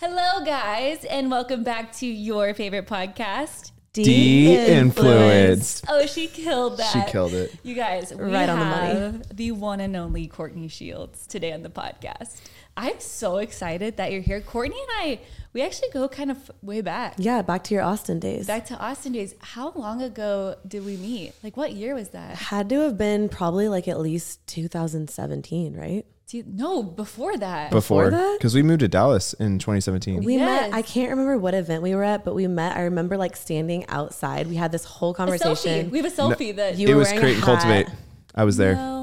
Hello, guys, and welcome back to your favorite podcast. De-influenced. Oh, she killed that. She killed it. You guys, we Right on the money. have the one and only Courtney Shields today on the podcast. I'm so excited that you're here. Courtney and I, we actually go kind of way back. Yeah, back to your Austin days. Back to Austin days. How long ago did we meet? Like, what year was that? Had to have been probably like at least 2017, right? Do you- no, before that. before that? because we moved to Dallas in 2017. We Yes. met, I can't remember what event we were at, but we met. I remember like standing outside. We had this whole a selfie. conversation. We have a selfie that You it were was wearing a create hat. and cultivate. I was there. know.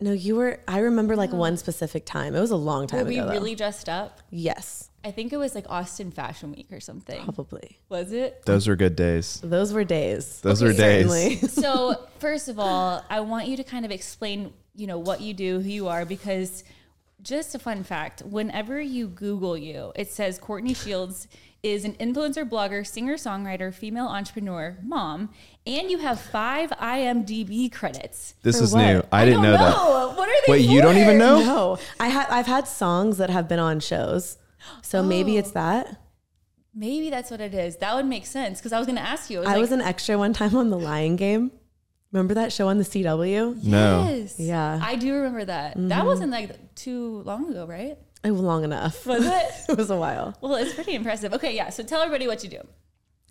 no, you were, I remember like one specific time. It was a long time Oh. Were we ago. though. really dressed up? Yes, I think it was like Austin Fashion Week or something. probably. Was it? Those were good days. Those were days. Those were days. Certainly. So, first of all, I want you to kind of explain, you know, what you do, who you are, because just a fun fact whenever you Google you, it says Courtney Shields is an influencer, blogger, singer, songwriter, female entrepreneur, mom, and you have five IMDb credits. This For is what? new. I, didn't know, don't that. What are they? Wait, you don't for? even know? no, I ha- I've had songs that have been on shows. So Oh. maybe it's that. Maybe that's what it is. That would make sense because I was going to ask you. I was an extra one time on The Lion Game. Remember that show on the CW? No. Yes. Yeah. Mm-hmm. I do remember that. That wasn't like too long ago, right? It was long enough. Was it? It was a while. well, it's pretty impressive. Okay, yeah. So tell everybody what you do.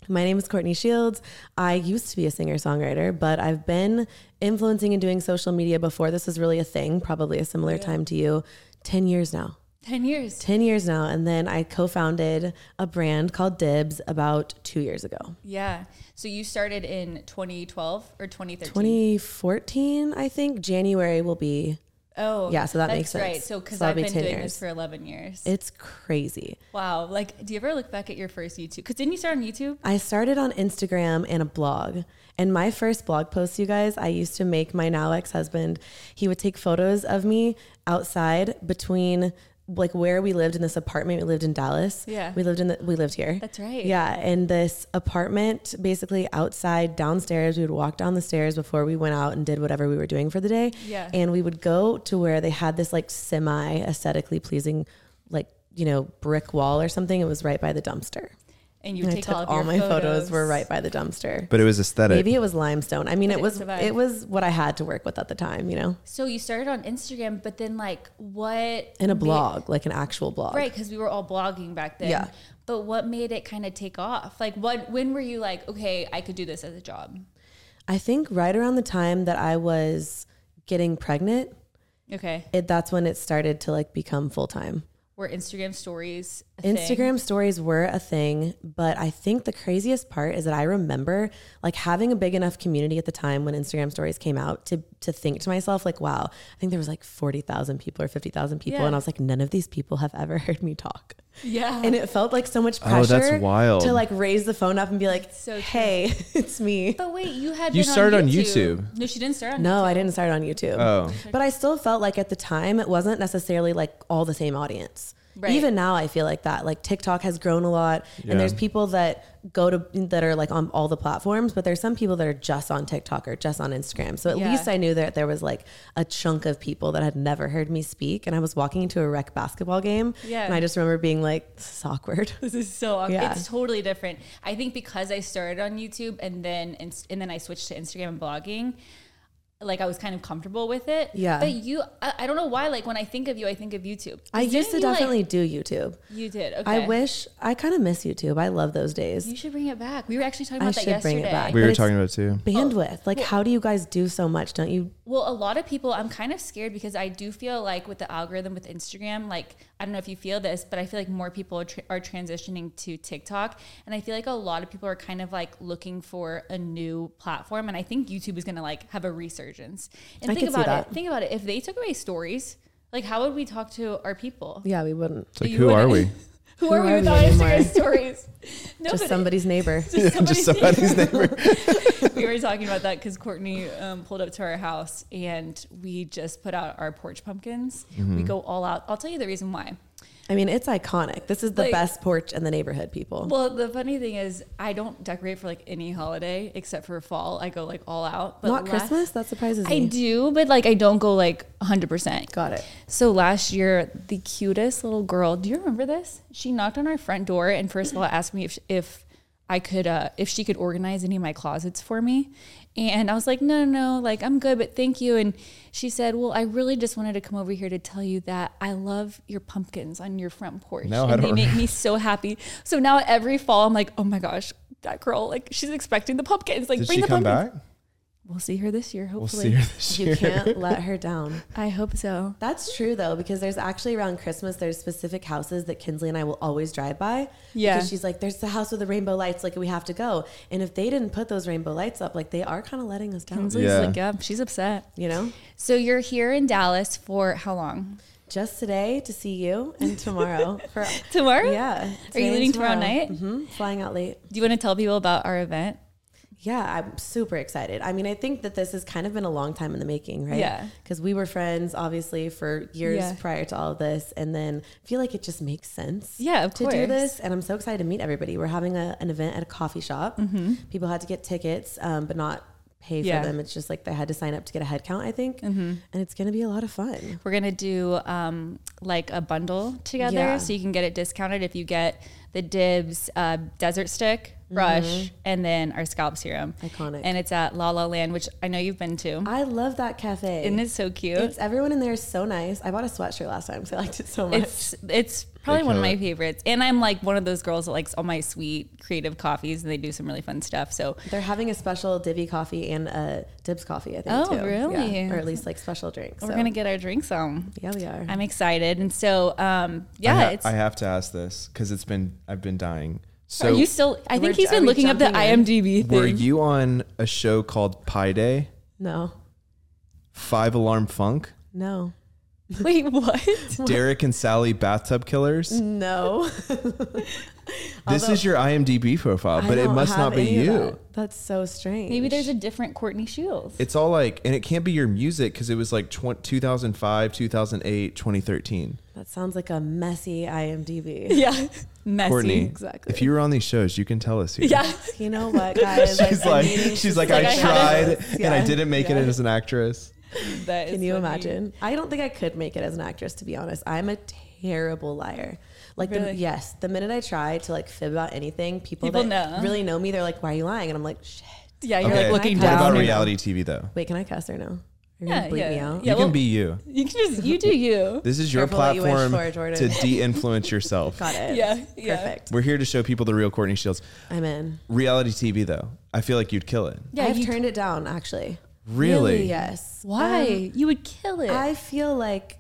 My name is Courtney Shields. I used to be a singer songwriter, but I've been influencing and doing social media before this was really a thing, probably a similar time to you, 10 years now. 10 years. 10 years now. And then I co founded a brand called Dibs about two years ago. Yeah. So you started in 2012 or 2013? 2014, I think January will be. oh, Yeah, so that that's makes sense. right. So because So that'll I've be been 10 doing this years. for 11 years. It's crazy. wow. Like, do you ever look back at your first YouTube? Because didn't you start on YouTube? I started on Instagram and a blog. And my first blog post, you guys, I used to make my now ex husband. He would take photos of me outside between like where we lived in this apartment. We lived in Dallas. Yeah. We lived in the, we lived here. That's right. Yeah. And this apartment basically outside downstairs, we would walk down the stairs before we went out and did whatever we were doing for the day. Yeah. And we would go to where they had this like semi aesthetically pleasing, like, you know, brick wall or something. It was right by the dumpster. And you I take took all of all your my photos. were photos. right by the dumpster. But it was aesthetic. Maybe it was limestone. I mean, But it it was survived. it was what I had to work with at the time, you know, So you started on Instagram, but then like what? in a made- blog, like an actual blog. Right, because we were all blogging back then. Yeah. But what made it kind of take off? Like, what? When were you like, okay, I could do this as a job? I think right around the time that I was getting pregnant, Okay, it that's when it started to like become full time. were Instagram stories a thing? Instagram stories were a thing, but I think the craziest part is that I remember like having a big enough community at the time when Instagram stories came out to to think to myself like, wow, I think there was like 40,000 people or 50,000 people Yeah. and I was like none of these people have ever heard me talk. Yeah. And it felt like so much Oh, that's pressure wild. to like raise the phone up and be like, so true. "Hey, it's me." but wait, you had You been started on on YouTube. YouTube. No, she didn't start on. No, I didn't start on YouTube. Oh. But I still felt like at the time it wasn't necessarily like all the same audience. Right. Even now I feel like that. Like TikTok has grown a lot Yeah. and there's people that go to that are like on all the platforms, but there's some people that are just on TikTok or just on Instagram. So at Yeah. least I knew that there was like a chunk of people that had never heard me speak and I was walking into a rec basketball game Yeah. and I just remember being like this is awkward. This is so awkward. Yeah. It's totally different. I think because I started on YouTube and then and, and then I switched to Instagram and blogging, like I was kind of comfortable with it. Yeah. But you, I, I don't know why. Like when I think of you, I think of YouTube. I Didn't used to you, like- definitely do YouTube. you did. Okay. I wish I kind of miss YouTube. I love those days. You should bring it back. We were actually talking I about that should yesterday. bring it back. we but were it's- talking about it too. Bandwidth. Like how do you guys do so much? Don't you Well, a lot of people, I'm kind of scared because I do feel like with the algorithm with Instagram, like, I don't know if you feel this, but I feel like more people are, tra- are transitioning to TikTok. And I feel like a lot of people are kind of like looking for a new platform. And I think YouTube is going to like have a resurgence. And I think could about see it. that. Think about it. If they took away stories, like, how would we talk to our people? Yeah, we wouldn't. It's like, you who are we? wouldn't- Who, are, we are we without anymore? Instagram stories? No, Just but- somebody's neighbor. Just somebody's neighbor. we were talking about that because Courtney um, pulled up to our house and we just put out our porch pumpkins. We go all out. I'll tell you the reason why. I mean, it's iconic. This is the Like- best porch in the neighborhood, people. Well, the funny thing is, I don't decorate for like any holiday except for fall. I go like all out. But Not last- Christmas? That surprises I me. do, but like I don't go like 100%. Got it. So last year, the cutest little girl, do you remember this? She knocked on our front door and first of all asked me if, if I could, uh, if she could organize any of my closets for me. And I was like, no, no, no, like I'm good, but thank you. And she said, well, I really just wanted to come over here to tell you that I love your pumpkins on your front porch. No, and I they don't make me so happy. So now every fall, I'm like, oh my gosh, that girl, like she's expecting the pumpkins. Like Did bring she the come pumpkins. back? We'll see her this year, We'll hopefully. see her this You year. can't let her down. I hope so. That's true though, because there's actually around Christmas, there's specific houses that Kinsley and I will always drive by. Yeah. Because she's like, there's the house with the rainbow lights, like we have to go. And if they didn't put those rainbow lights up, like they are kind of letting us down. Kinsley's Yeah. like, yeah, she's upset. You know? So you're here in Dallas for how long? Just today to see you and tomorrow for Tomorrow? Yeah. Are you leaving tomorrow, night? hmm Flying out late. Do you want to tell people about our event? Yeah, I'm super excited. I mean, I think that this has kind of been a long time in the making, right? Yeah. Because we were friends, obviously, for years Yeah. prior to all of this. And then I feel like it just makes sense. Yeah, of to do course. this. And I'm so excited to meet everybody. We're having a, an event at a coffee shop. People had to get tickets, um, but not pay Mm-hmm. for Yeah. Mm-hmm. them. It's just like they had to sign up to get a head count, I think. And it's going to be a lot of fun. We're gonna do um, like a bundle together, Yeah. so you can get it discounted if you get the Dibs uh, Desert Stick Brush and then our Scalp Serum. Mm-hmm. Iconic. And it's at La La Land, which I know you've been to, I love that cafe. and it's so cute. It's- everyone in there is so nice. I bought a sweatshirt last time because I liked it so much. It's it's probably They one of kill my it. favorites, and I'm like one of those girls that likes all my sweet creative coffees, and they do some really fun stuff. So They're having a special Divvy coffee and a Dibs coffee, I think. Oh, too. really? Yeah, Or at least like special drinks. we're so. Mm-hmm. gonna get our drinks on. Yeah, we are. I'm excited, and so um, yeah, I, ha- it's I have to ask this because it's been I've been dying. So are you still? I think We're- he's are been we looking up the jumping in? IMDb were thing. you on a show called Pi Day? no, Five Alarm Funk? no, Wait, what? Derek and Sally Bathtub Killers? no. this is your IMDb I profile, Uh, but it don't must have not be any of you. that. That's so strange. Maybe there's a different Courtney Shields. It's all like, and it can't be your music because it was like tw- 2005, 2008, 2013. That sounds like a messy IMDb. yeah, messy. Courtney, exactly. if you were on these shows, you can tell us. Here. Yeah, You know what, guys? She's I'm like, needing she's to like, like, I, I haven't- tried and I yeah, didn't make yeah. it as an actress. that is Can you funny. imagine? I don't think I could make it as an actress, to be honest. I'm a terrible liar. Like, the, Really? yes, the minute I try to like fib about anything, people, People that know. really know me, they're like, "Why are you lying?" And I'm like, "Shit." Yeah, you're like looking what down. about and- reality TV though? Wait, can I cuss or no? You're Yeah, gonna bleep yeah, me out. yeah. you well- can be you. You can just you do you. This is your Careful what you wish platform for, Jordan. to de-influence yourself. Got it. Yeah, yeah. Perfect. We're here to show people the real Courtney Shields. I'm in. Reality TV though, I feel like you'd kill it. Yeah, I've you- turned it down actually. Really? Really? Yes. Why? you would kill it. I feel like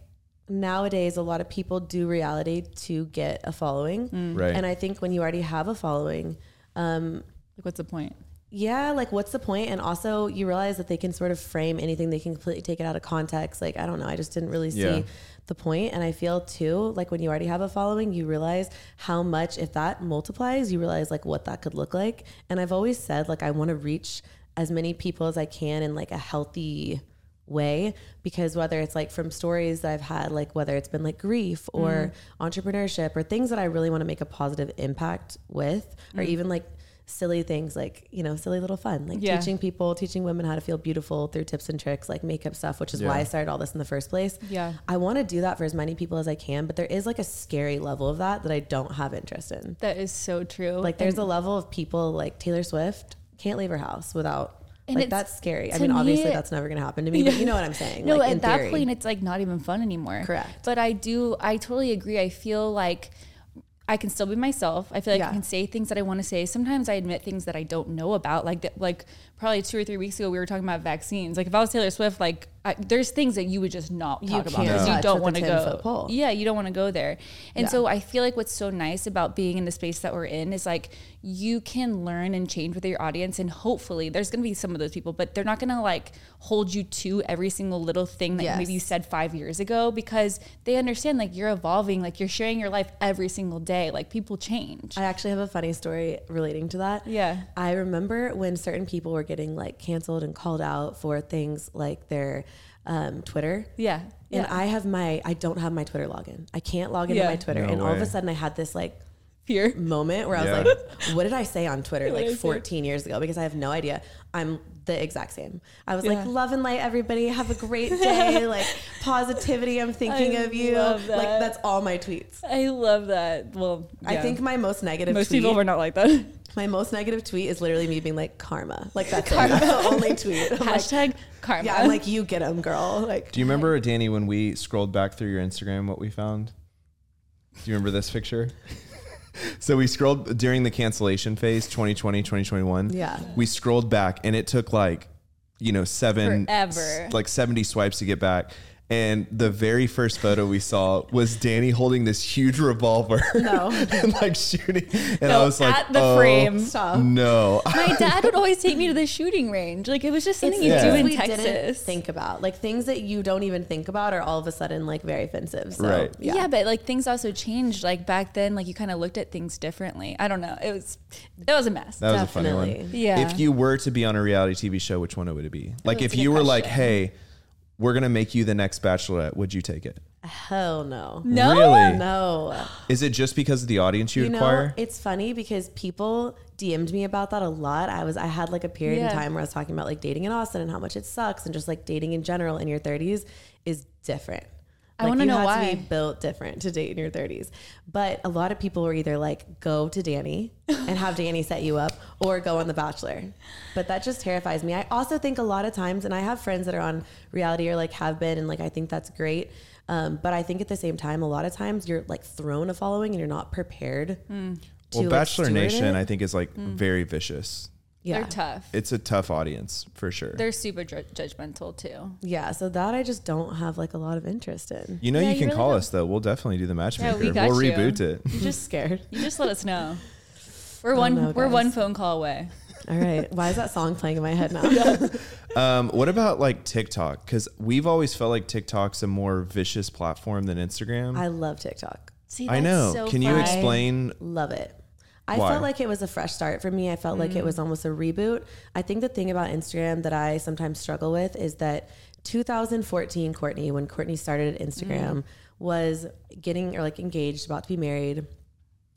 nowadays a lot of people do reality to get a following, Mm. Right. and I think when you already have a following, like, what's the point? yeah, like what's the point? And also, you realize that they can sort of frame anything; they can completely take it out of context. Like I don't know, I just didn't really see Yeah. the point. And I feel too like when you already have a following, you realize how much if that multiplies, you realize like what that could look like. And I've always said like I want to reach as many people as I can in like a healthy way because whether it's like from stories that I've had like whether it's been like grief or entrepreneurship or things that I really want to make a positive impact with or even like silly things like you know silly little fun like Yeah. teaching people teaching women how to feel beautiful through tips and tricks like makeup stuff which is why I started all this in the first place Yeah. I want to do that for as many people as I can but there is like a scary level of that that I don't have interest in That is so true. like there's a level of people like Taylor Swift can't leave her house without And like it's- that's scary. I to mean, me, obviously it- that's never gonna happen to me, but you know what I'm saying. No, like, in at that theory. point, it's like not even fun anymore. Correct. But I do, I totally agree. I feel like I can still be myself. I feel like Yeah. I can say things that I want to say. Sometimes I admit things that I don't know about. Like, that, like probably two or three weeks ago, we were talking about vaccines. Like, if I was Taylor Swift, like, I, there's things that you would just not talk about can't because touch you don't want with a to 10-foot go. pole. Yeah, you don't want to go there. And so I feel like what's so nice about being in the space that we're in is like you can learn and change with your audience. And hopefully there's going to be some of those people, but they're not going to like hold you to every single little thing that Yes. maybe you said five years ago because they understand like you're evolving, like you're sharing your life every single day. Like people change. I actually have a funny story relating to that. Yeah. I remember when certain people were getting like canceled and called out for things like their um, Twitter. Yeah. And yeah. I have my, I don't have my Twitter login. I can't log into Yeah. my Twitter. No and all of way. a sudden I had this like fear. moment where I was Yeah. like, what did I say on Twitter did I like say? 14 years ago? Because I have no idea. I'm the exact same. I was Yeah. like, love and light, everybody. Have a great day. like, positivity. I'm thinking I of you. love Like, that. that's all my tweets. I love that. Well, I yeah. think my most negative most tweet, people were not like that. my most negative tweet is literally me being like, karma. Like, that's, it. That's the only tweet. I'm like, Hashtag karma. yeah, I'm like, you get them, girl. Like, Do you remember, Danny, when we scrolled back through your Instagram, what we found? Do you remember this picture? so we scrolled during the cancellation phase, 2020, 2021. Yeah. We scrolled back and it took like, you know, seven, Forever. s- like 70 swipes to get back. And the very first photo we saw was Danny holding this huge revolver No. and like shooting. And I No, was like, at the oh, frame. Oh. Stop. No. My dad would always take me to the shooting range. Like it was just something you Yeah. do things in we didn't Texas. think about like things that you don't even think about are all of a sudden like very offensive. So, Right. yeah. but like things also changed. Like back then, like you kind of looked at things differently. I don't know. It was it was a mess. That was a funny one. Definitely. Yeah. If you were to be on a reality TV show, which one would it be? Like, that's if a good you were like, question. hey, we're going to make you the next bachelorette, would you take it? Hell no. no. Really? No. Is it just because of the audience you, You know, acquire? it's funny because people DM'd me about that a lot. I was I had like a period Yeah. in time where I was talking about like dating in Austin and how much it sucks and just like dating in general in your 30s is different. I Like, wanna you know had why. To be built different to date in your 30s. But a lot of people were either like go to Danny and have Danny set you up or go on The Bachelor. But that just terrifies me. I also think a lot of times and I have friends that are on reality or like have been and like I think that's great. Um, but I think at the same time, a lot of times you're like thrown a following and you're not prepared. Hmm. to, well, like, Bachelor steward Nation, it. I think, is like very vicious. They're yeah, tough. It's a tough audience for sure. They're super ju- judgmental too. yeah. So that I just don't have like a lot of interest in. you know, Yeah, you you can really call don't- us though. We'll definitely do the matchmaker. we got will you. reboot it. You Just just scared. you just let us know. We're one know, we're guys. one phone call away. All right. Why is that song playing in my head now? Um, what about like TikTok? Because we've always felt like TikTok's a more vicious platform than Instagram. I love TikTok. See, I know. can you fun. explain? Love it. I Why? felt like it was a fresh start for me. I felt like it was almost a reboot. I think the thing about Instagram that I sometimes struggle with is that 2014 Courtney, when Courtney started Instagram, was getting or like engaged, about to be married.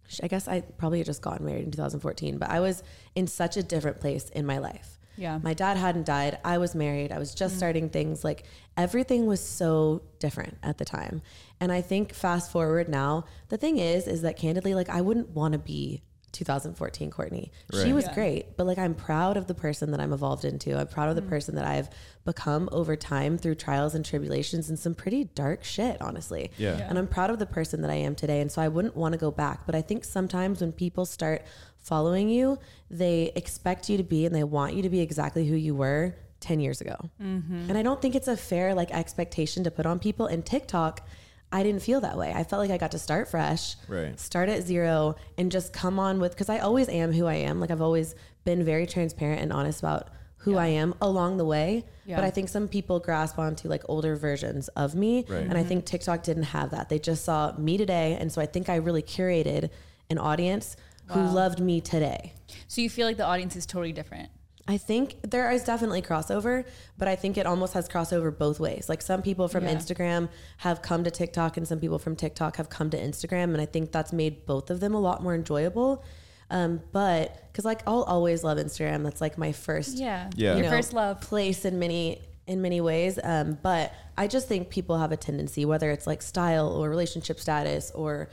Sh- I guess I probably had just gotten married in 2014, but I was in such a different place in my life. Yeah. My dad hadn't died. I was married. I was just starting things. Like everything was so different at the time. And I think fast forward now, the thing is, is that candidly, like I wouldn't want to be 2014 Courtney. She Right. was Yeah. great, but like I'm proud of the person that I'm evolved into. I'm proud of the Mm. person that I've become over time through trials and tribulations and some pretty dark shit, honestly. Yeah. And I'm proud of the person that I am today. And so I wouldn't want to go back. But I think sometimes when people start following you, they expect you to be and they want you to be exactly who you were 10 years ago. Mm-hmm. And I don't think it's a fair like expectation to put on people. And TikTok, I didn't feel that way. I felt like I got to start fresh, Right. start at zero and just come on with, because I always am who I am. Like I've always been very transparent and honest about who I am along the way. Yeah. But I think some people grasp onto like older versions of me. Right. And I think TikTok didn't have that. They just saw me today. And so I think I really curated an audience who loved me today. So you feel like the audience is totally different. I think there is definitely crossover, but I think it almost has crossover both ways. Like some people from Yeah. Instagram have come to TikTok and some people from TikTok have come to Instagram. And I think that's made both of them a lot more enjoyable. Um, but because like I'll always love Instagram. That's like my first Yeah. Yeah. Your You know, first love. place in many in many ways um, but i just think people have a tendency whether it's like style or relationship status or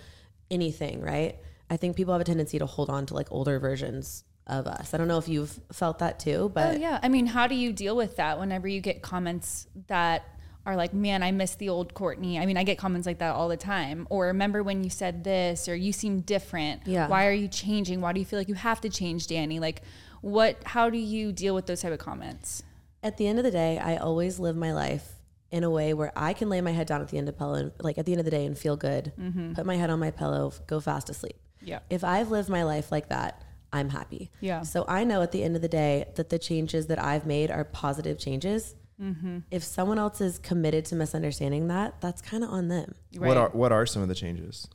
anything right i think people have a tendency to hold on to like older versions of us i don't know if you've felt that too Oh but yeah. I mean, how do you deal with that whenever you get comments that are like, "Man, I miss the old Courtney." I mean, I get comments like that all the time. Or remember when you said this, or you seem different. Yeah. Why are you changing? Why do you feel like you have to change, Danny? Like, what? How do you deal with those type of comments? at the end of the day i always live my life in a way where i can lay my head down at the end of pillow like at the end of the day and feel good put my head on my pillow f- go fast asleep Mm-hmm. Yeah. if I've lived my life like that, I'm happy. Yeah. So I know at the end of the day that the changes that I've made are positive changes. Mm-hmm. If someone else is committed to misunderstanding that, that's kind of on them. What are what are some of the changes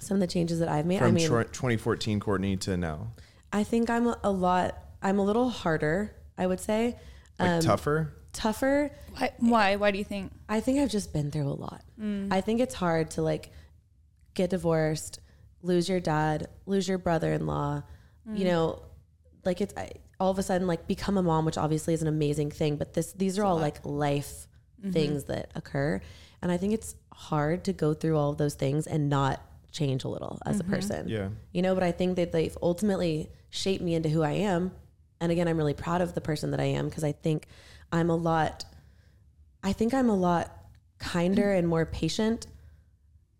Some of the changes that I've made, from I mean, tw- 2014 Courtney to now? I think I'm a lot, I'm a little harder I would say. Like Um, tougher. Tougher. Why, why? Why do you think? I think I've just been through a lot. I think it's hard to like get divorced, lose your dad, lose your brother in law, you know, like it's I, all of a sudden like become a mom, which obviously is an amazing thing, but this these are all like life things that occur. And I think it's hard to go through all of those things and not change a little as a person. Yeah. You know, but I think that they've ultimately shaped me into who I am. And again, I'm really proud of the person that I am because I think I'm a lot I think I'm a lot kinder and more patient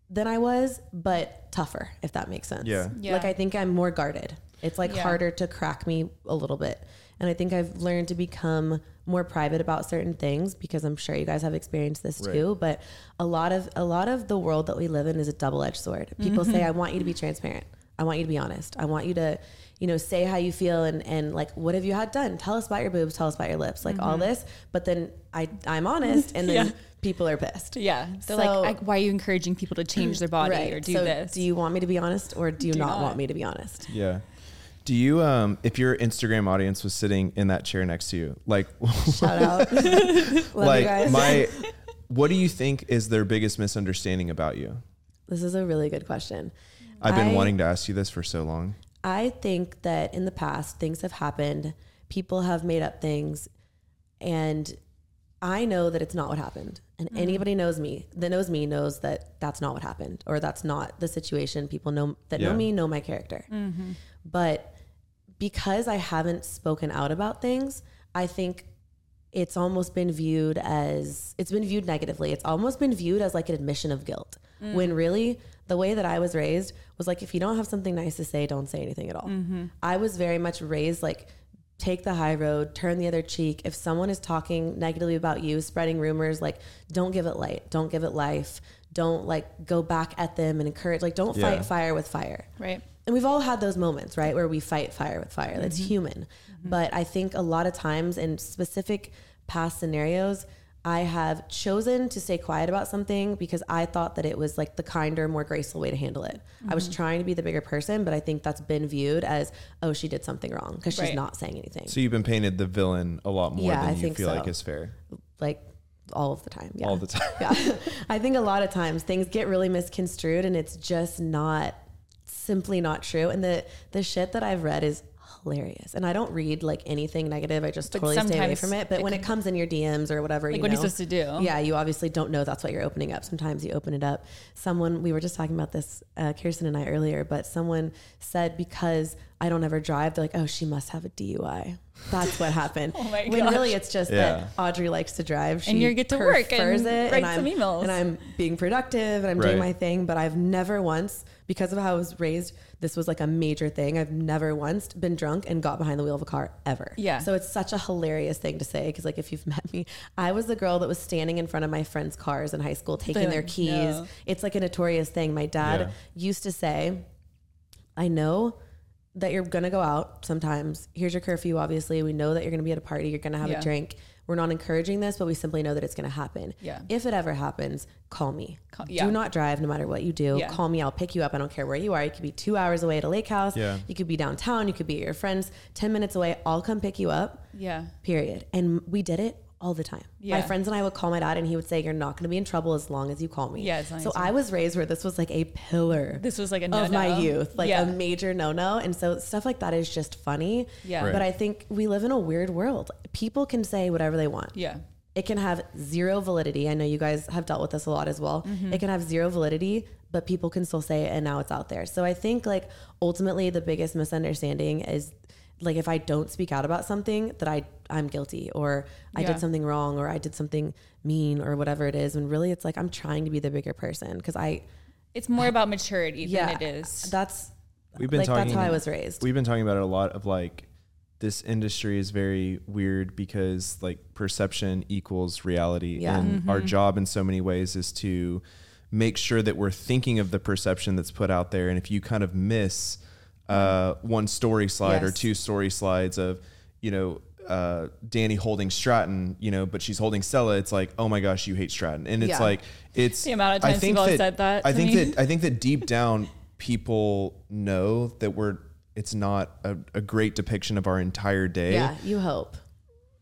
than I was, but tougher, if that makes sense. Yeah. Yeah. Like I think I'm more guarded. It's like Yeah. harder to crack me a little bit. And I think I've learned to become more private about certain things because I'm sure you guys have experienced this Right. too. But a lot of a lot of the world that we live in is a double edged sword. People Mm-hmm. say, I want you to be transparent. I want you to be honest. I want you to, you know, say how you feel and and like what have you had done? Tell us about your boobs, tell us about your lips, like all this. But then I I'm honest and then Mm-hmm. Yeah. people are pissed. Yeah. They're So- like, I, why are you encouraging people to change their body or do so this? Do you want me to be honest or do you Do not, not. want me to be honest? Yeah. Do you um if your Instagram audience was sitting in that chair next to you, like Shout out. Love you like guys. my what do you think is their biggest misunderstanding about you? this is a really good question. I've been I- wanting to ask you this for so long. I think that in the past, things have happened, people have made up things, and I know that it's not what happened. And anybody knows me that knows me knows that that's not what happened or that's not the situation. People know that Yeah. know me know my character. But because I haven't spoken out about things, I think it's almost been viewed as it's been viewed negatively. It's almost been viewed as like an admission of guilt. When really the way that I was raised was like if you don't have something nice to say, don't say anything at all. I was very much raised like take the high road, turn the other cheek. If someone is talking negatively about you, spreading rumors, like don't give it light, don't give it life, don't like go back at them and encourage like don't Yeah. fight fire with fire right. and we've all had those moments, right, where we fight fire with fire. That's human. But I think a lot of times in specific past scenarios, I have chosen to stay quiet about something because I thought that it was like the kinder, more graceful way to handle it. I was trying to be the bigger person, but I think that's been viewed as, oh, she did something wrong because Right. she's not saying anything. So you've been painted the villain a lot more Yeah, I than you think feel so. like is fair like all of the time. Yeah. all the time. yeah. I think a lot of times things get really misconstrued and it's just not simply not true. And the the shit that I've read is hilarious. And I don't read like anything negative. I just But totally stay away sometimes from it. But it when can- it comes in your DMs or whatever, Like, you what are you know, supposed to do? yeah, you obviously don't know that's what you're opening up. Sometimes you open it up. Someone, we were just talking about this, uh, Kirsten and I earlier, but someone said because I don't ever drive, they're like, oh, she must have a DUI. That's what happened. Oh my when gosh. really it's just Yeah. that Audrey likes to drive. She And you get to work prefers and it, write some I'm, emails. And I'm being productive and I'm doing Right. my thing, but I've never once, because of how I was raised, this was like a major thing. I've never once been drunk and got behind the wheel of a car ever. Yeah. So it's such a hilarious thing to say because, like, if you've met me, I was the girl that was standing in front of my friends' cars in high school taking They're their like, keys. "No." It's like a notorious thing. My dad Yeah. used to say, I know that you're gonna go out sometimes. Here's your curfew, obviously. We know that you're gonna be at a party, you're gonna have Yeah. a drink. We're not encouraging this, but we simply know that it's gonna happen. Yeah. If it ever happens, call me. Call- yeah. Do not drive no matter what you do. Yeah. Call me, I'll pick you up. I don't care where you are. You could be two hours away at a lake house, Yeah. you could be downtown, you could be at your friends, ten minutes away, I'll come pick you up Yeah. period. And we did it all the time. Yeah. My friends and I would call my dad, and he would say, "You're not going to be in trouble as long as you call me." Yeah, as long so as you- I was raised where this was like a pillar This was like a no of my youth, like yeah. a major no-no. And so stuff like that is just funny. Yeah. Right. But I think we live in a weird world. People can say whatever they want. yeah. It can have zero validity. I know you guys have dealt with this a lot as well. Mm-hmm. It can have zero validity, but people can still say it and now it's out there. So I think like ultimately the biggest misunderstanding is like if I don't speak out about something that I I'm guilty or I Yeah. did something wrong or I did something mean or whatever it is and really it's like I'm trying to be the bigger person cuz I It's more about maturity yeah than it is. that's We've been like talking that's how I was raised. We've been talking about it a lot of like this industry is very weird because like perception equals reality Yeah. and Mm-hmm. our job in so many ways is to make sure that we're thinking of the perception that's put out there and if you kind of miss uh, one story slide Mm-hmm. or Yes. two story slides of you know uh, Danny holding Stratton, you know, but she's holding Stella. It's like, oh my gosh, you hate Stratton, and it's Yeah. like, it's The amount of I times think people have said that I to think me. that I think that deep down, people know that we're it's not a, a great depiction of our entire day. yeah, you hope.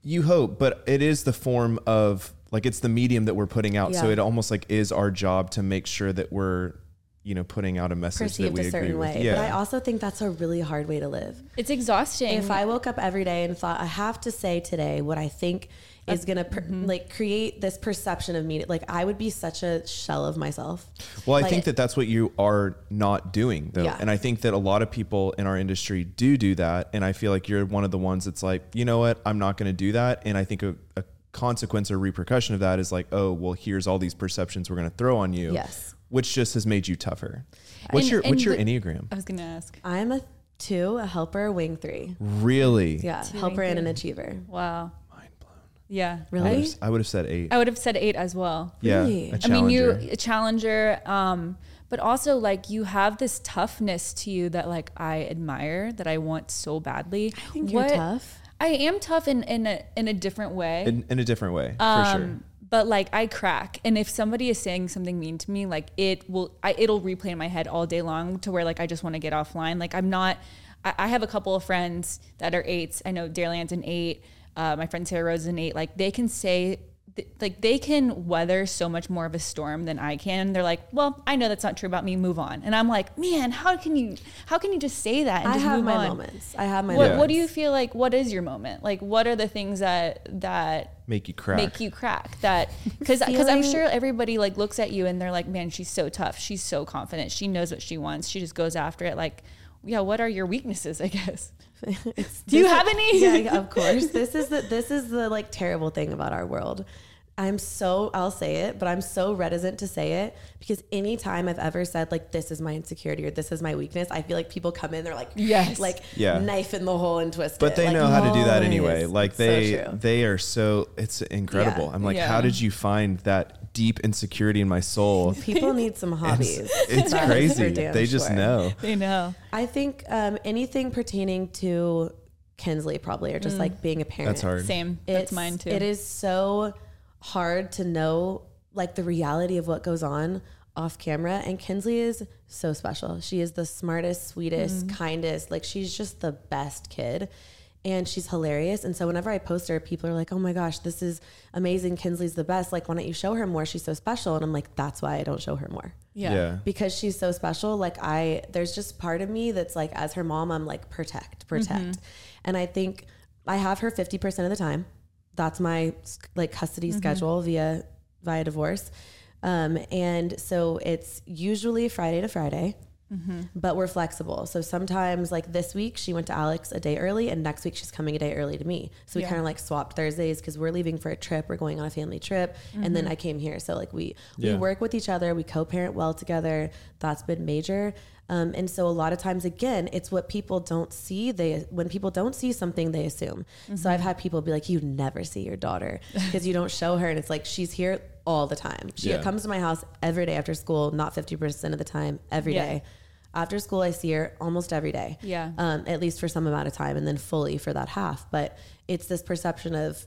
You hope, but it is the form of like it's the medium that we're putting out. So Yeah. it almost like is our job to make sure that we're, you know, putting out a message perceived that we a agree certain way. with. Yeah. But I also think that's a really hard way to live. It's exhausting. If I woke up every day and thought I have to say today what I think is gonna per- like create this perception of me, like I would be such a shell of myself. Well, I Like- think that that's what you are not doing, though. Yeah. And I think that a lot of people in our industry do do that. And I feel like you're one of the ones that's like, you know what? I'm not going to do that. And I think a, a consequence or repercussion of that is like, oh, well, here's all these perceptions we're going to throw on you. Yes. Which just has made you tougher. What's And- your and What's your the- enneagram? I was gonna ask. I'm a two, a helper, wing three. Really? Yeah, helper and an achiever. Wow. Mind blown. Yeah. I would Really? have, I would have said eight. I would have said eight as well. yeah. Really? A I mean, challenger. you're a challenger, um, but also like you have this toughness to you that like I admire, that I want so badly. I think you're tough. I am tough in in a in a different way, in, in a different way, for sure. Um, but like I crack, and if somebody is saying something mean to me, like it will, I, it'll replay in my head all day long to where like I just want to get offline. Like I'm not. I, I have a couple of friends that are eights. I know Dareland's an eight. Uh, my friend Sarah Rose is an eight. Like they can say. th- Like they can weather so much more of a storm than I can. They're like, well, I know that's not true about me. Move on. And I'm like, man, how can you? How can you just say that? And I just have move my on? moments. I have my What, moments. what do you feel like? What is your moment? Like, what are the things that that Make you crack. make you crack that because because i'm Feeling- sure everybody like looks at you and they're like man she's so tough she's so confident she knows what she wants she just goes after it like yeah what are your weaknesses i guess do you This- have any Yeah, of course. This is the this is the like terrible thing about our world. I'm so I'll say it, but I'm so reticent to say it because anytime I've ever said like this is my insecurity or this is my weakness, I feel like people come in, they're like, Yes. like Yeah. knife in the hole and twist it. But they Like, know how to do that always. anyway. Like So they true. they are so it's incredible. Yeah. I'm like, Yeah. how did you find that deep insecurity in my soul? people need some hobbies. It's That is crazy. for damn They just sure. know. they know I think um, anything pertaining to Kinsley probably or just Mm. like being a parent. That's hard. same that's mine too It is so hard to know like the reality of what goes on off camera. And Kinsley is so special. She is the smartest, sweetest, Mm-hmm. kindest. Like she's just the best kid. And she's hilarious. And so whenever I post her, people are like, oh my gosh, this is amazing. Kinsley's the best. Like, why don't you show her more? She's so special. And I'm like, that's why I don't show her more yeah. because she's so special like i there's just part of me that's like as her mom i'm like protect protect Mm-hmm. and i think i have her 50% of the time that's my s- like custody Mm-hmm. schedule via via divorce um, and so it's usually friday to friday Mm-hmm. but we're flexible. So sometimes, like this week, she went to Alex a day early, and next week she's coming a day early to me. So we Yeah. kind of like swapped Thursdays because we're leaving for a trip. We're going on a family trip, and Mm-hmm. then I came here. So like we Yeah. we work with each other. We co-parent well together. That's been major. Um, and so a lot of times, again, it's what people don't see. They when people don't see something, they assume. So I've had people be like, "You never see your daughter because you don't show her," and it's like she's here all the time. She Yeah. comes to my house every day after school, not fifty percent of the time, every day. Yeah. After school, I see her almost every day. Yeah. Um, at least for some amount of time and then fully for that half. But it's this perception of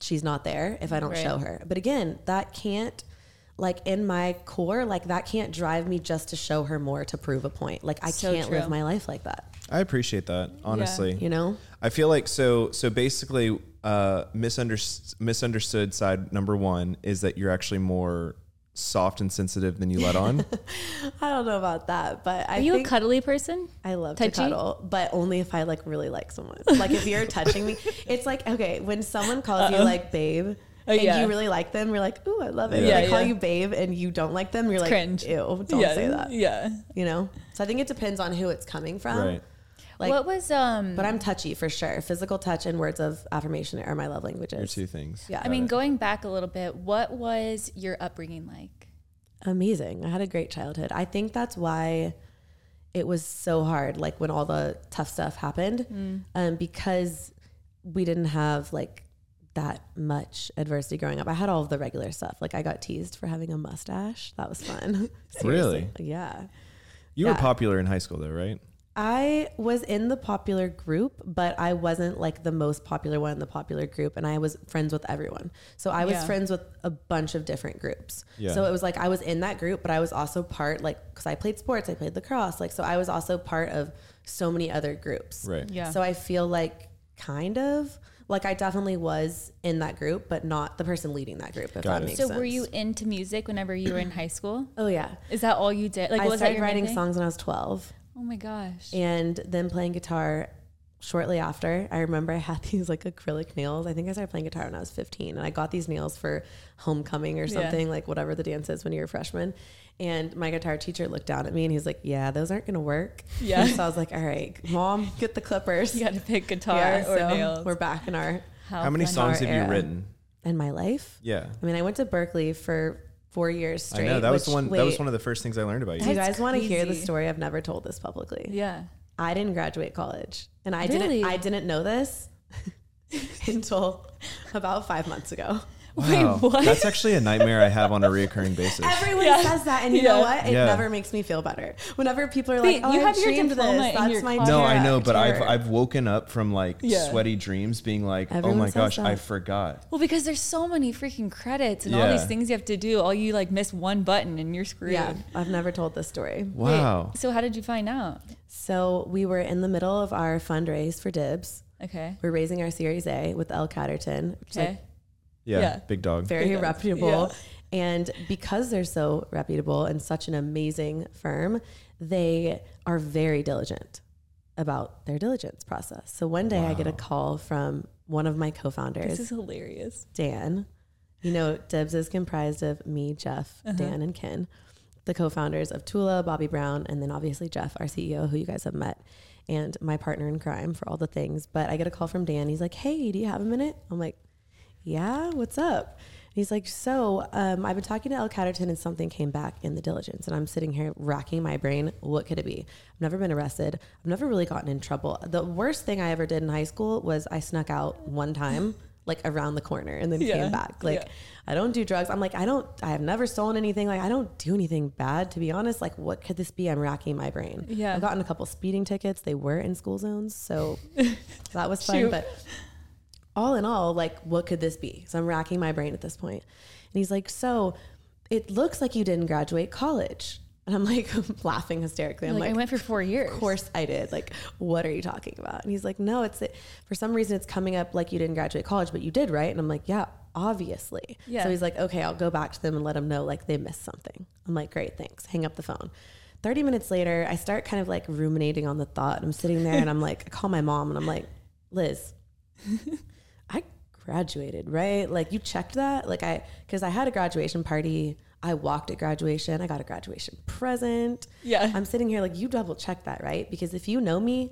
she's not there if I don't Right. show her. But again, that can't, like in my core, like that can't drive me just to show her more to prove a point. Like I So can't live true. my life like that, I appreciate that, honestly. you know? I feel like so so basically uh misunderstood misunderstood side number 1 is that you're actually more soft and sensitive than you let on. I don't know about that, but I are you a think cuddly person I love to Touchy? cuddle, but only if I like really like someone. Like if you're touching me, it's like okay when someone calls you like babe. Oh, and yeah. you really like them, you're like, ooh, I love it. Yeah, when they call yeah. you babe and you don't like them, you're like, cringe. ew, don't yeah. say that. yeah You know? So I think it depends on who it's coming from. right. Like, what was um but I'm touchy for sure. Physical touch and words of affirmation are my love Your languages. two things. Yeah. i mean going back a little bit what was your upbringing like Amazing. I had a great childhood. I think that's why it was so hard, like when all the tough stuff happened, um, because we didn't have like that much adversity growing up. I had all of the regular stuff. Like I got teased for having a mustache. That was fun. Really? yeah. You were Yeah. popular in high school though, right? I was in the popular group, but I wasn't like the most popular one in the popular group, and I was friends with everyone. So I was Yeah. friends with a bunch of different groups. Yeah. So it was like I was in that group, but I was also part like because I played sports, I played lacrosse, like so I was also part of so many other groups. Right. Yeah. So I feel like kind of like I definitely was in that group, but not the person leading that group. If Got that it. makes So sense. were you into music whenever you were in high school? Oh yeah. Is that all you did? Like, I was that started your main writing thing? songs when I was 12 Oh my gosh. and then playing guitar shortly after. I remember I had these like acrylic nails. I think I started playing guitar when I was 15 and I got these nails for homecoming or Yeah. something, like whatever the dance is when you're a freshman. And my guitar teacher looked down at me and he's like, Yeah, those aren't going to work. Yeah. And so I was like, All right, mom, get the clippers. You got to pick guitar Yeah, or so nails. We're back in our, How many fun. songs have you era. written? in my life. Yeah. I mean, I went to Berkeley for four years straight. I know that was which- the one. that was wait, one of the first things I learned about Do you. you That's guys want to hear the crazy. story? I've never told this publicly. Yeah. I didn't graduate college, and I Really? didn't. I didn't know this until about five months ago. Wait, what? That's actually a nightmare I have on a reoccurring basis. Everyone Yeah. says that, and you Yeah. know what? It Yeah. never makes me feel better. Whenever people are Wait, like, "Oh, you I have your dreamed diploma this. in That's your my car. no, terror." I know, but I've Terror. I've woken up from like Yeah. sweaty dreams, being like, Everyone oh my says gosh, that. I forgot. Well, because there's so many freaking credits and all Yeah. these things you have to do. All you like miss one button and you're screwed. yeah, I've never told this story. Wait, Wow. so how did you find out? So we were in the middle of our fundraise for Dibs. Okay. We're raising our Series A with L. Catterton, which is like Okay. yeah, yeah. Big dog. very Yeah. reputable. And because they're so reputable and such an amazing firm, they are very diligent about their diligence process. So one day I get a call from one of my co This founders, is hilarious. Dan. You know, Debs is comprised of me, Jeff, Uh-huh. Dan, and Ken, the co founders of Tula, Bobby Brown, and then obviously Jeff, our CEO, who you guys have met, and my partner in crime for all the things. But I get a call from Dan. He's like, hey, do you have a minute? I'm like, yeah, what's up? And he's like, so um, I've been talking to El Catterton and something came back in the diligence. And I'm sitting here racking my brain. What could it be? I've never been arrested. I've never really gotten in trouble. The worst thing I ever did in high school was I snuck out one time, like around the corner and then Yeah, came back. Like, yeah. I don't do drugs. I'm like, I don't, I have never stolen anything. Like, I don't do anything bad, to be honest. Like, what could this be? I'm racking my brain. Yeah. I've gotten a couple speeding tickets. They were in school zones. So that was fun. Shoot. But all in all, like, what could this be? So I'm racking my brain at this point. And he's like, So it looks like you didn't graduate college. And I'm like laughing hysterically. I'm Like, like, I went for four years. Of course I did. Like, what are you talking about? And he's like, No, it's it. For some reason, it's coming up like you didn't graduate college, but you did, right? And I'm like, Yeah, obviously. Yeah. So he's like, Okay, I'll go back to them and let them know like they missed something. I'm like, Great, thanks. Hang up the phone. 30 minutes later, I start kind of like ruminating on the thought. I'm sitting there and I'm like, I call my mom and I'm like, Liz, I graduated, right? Like you checked that? Like I cuz I had a graduation party. I walked at graduation. I got a graduation present. Yeah. I'm sitting here like you double check that, right? Because if you know me,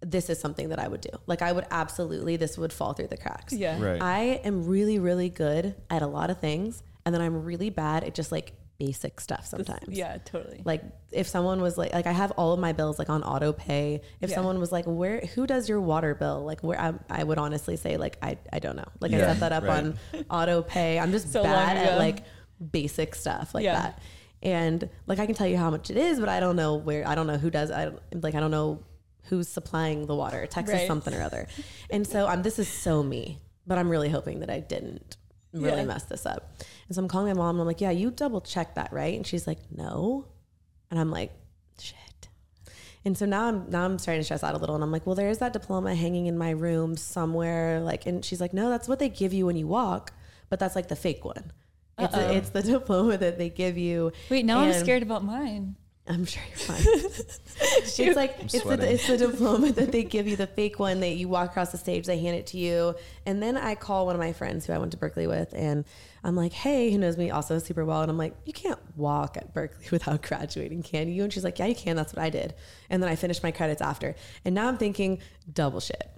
this is something that I would do. Like I would absolutely this would fall through the cracks. yeah. Right. I am really really good at a lot of things and then I'm really bad at just like basic stuff sometimes Yeah, totally. like if someone was like like i have all of my bills like on auto pay if Yeah. someone was like where who does your water bill like where i, I would honestly say like i, I don't know like Yeah, i set that up right. on auto pay i'm just So bad long ago. at like basic stuff like Yeah. that and like i can tell you how much it is but i don't know where i don't know who does i don't like i don't know who's supplying the water texas Right. something or other and so i'm this is so me but i'm really hoping that i didn't really Yeah. mess this up and so i'm calling my mom and i'm like yeah you double check that right and she's like no and I'm like, shit. And so now I'm now I'm starting to stress out a little, and I'm like, well, there is that diploma hanging in my room somewhere. Like, and she's like, no, that's what they give you when you walk, but that's like the fake one. It's, Uh-oh. it's the diploma that they give you. Wait, now I'm and- scared about mine. I'm sure you're fine. it's like it's sweating. the, it's the diploma that they give you, the fake one that you walk across the stage, they hand it to you, and then I call one of my friends who I went to Berkeley with, and I'm like, hey, who knows me also super well, and I'm like, you can't walk at Berkeley without graduating, can you? And she's like, yeah, you can. That's what I did, and then I finished my credits after, and now I'm thinking double shit.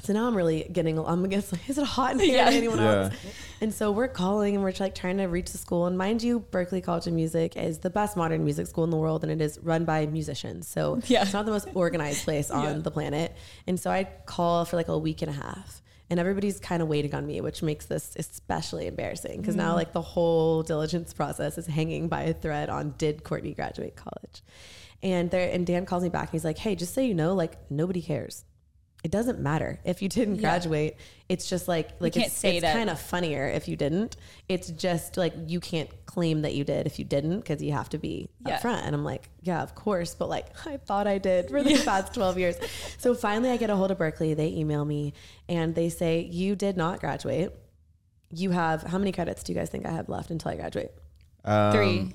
So now I'm really getting, I'm against like, is it hot in here Yeah. to anyone Yeah. else? And so we're calling and we're like trying to reach the school. And mind you, Berkeley College of Music is the best modern music school in the world and it is run by musicians. So Yeah. it's not the most organized place on Yeah. the planet. And so I call for like a week and a half. And everybody's kind of waiting on me, which makes this especially embarrassing because Mm. now, like, the whole diligence process is hanging by a thread on did Courtney graduate college? And there, and Dan calls me back and he's like, hey, just so you know, like, nobody cares. it doesn't matter if you didn't graduate. It's just like like can't it's, say it's that. kind of funnier if you didn't. It's just like you can't claim that you did if you didn't because you have to be Yeah. upfront. And I'm like, yeah, of course, but like I thought I did for the past 12 years. So finally, I get a hold of Berkeley. They email me and they say you did not graduate. You have how many credits do you guys think I have left until I graduate? Um, Three.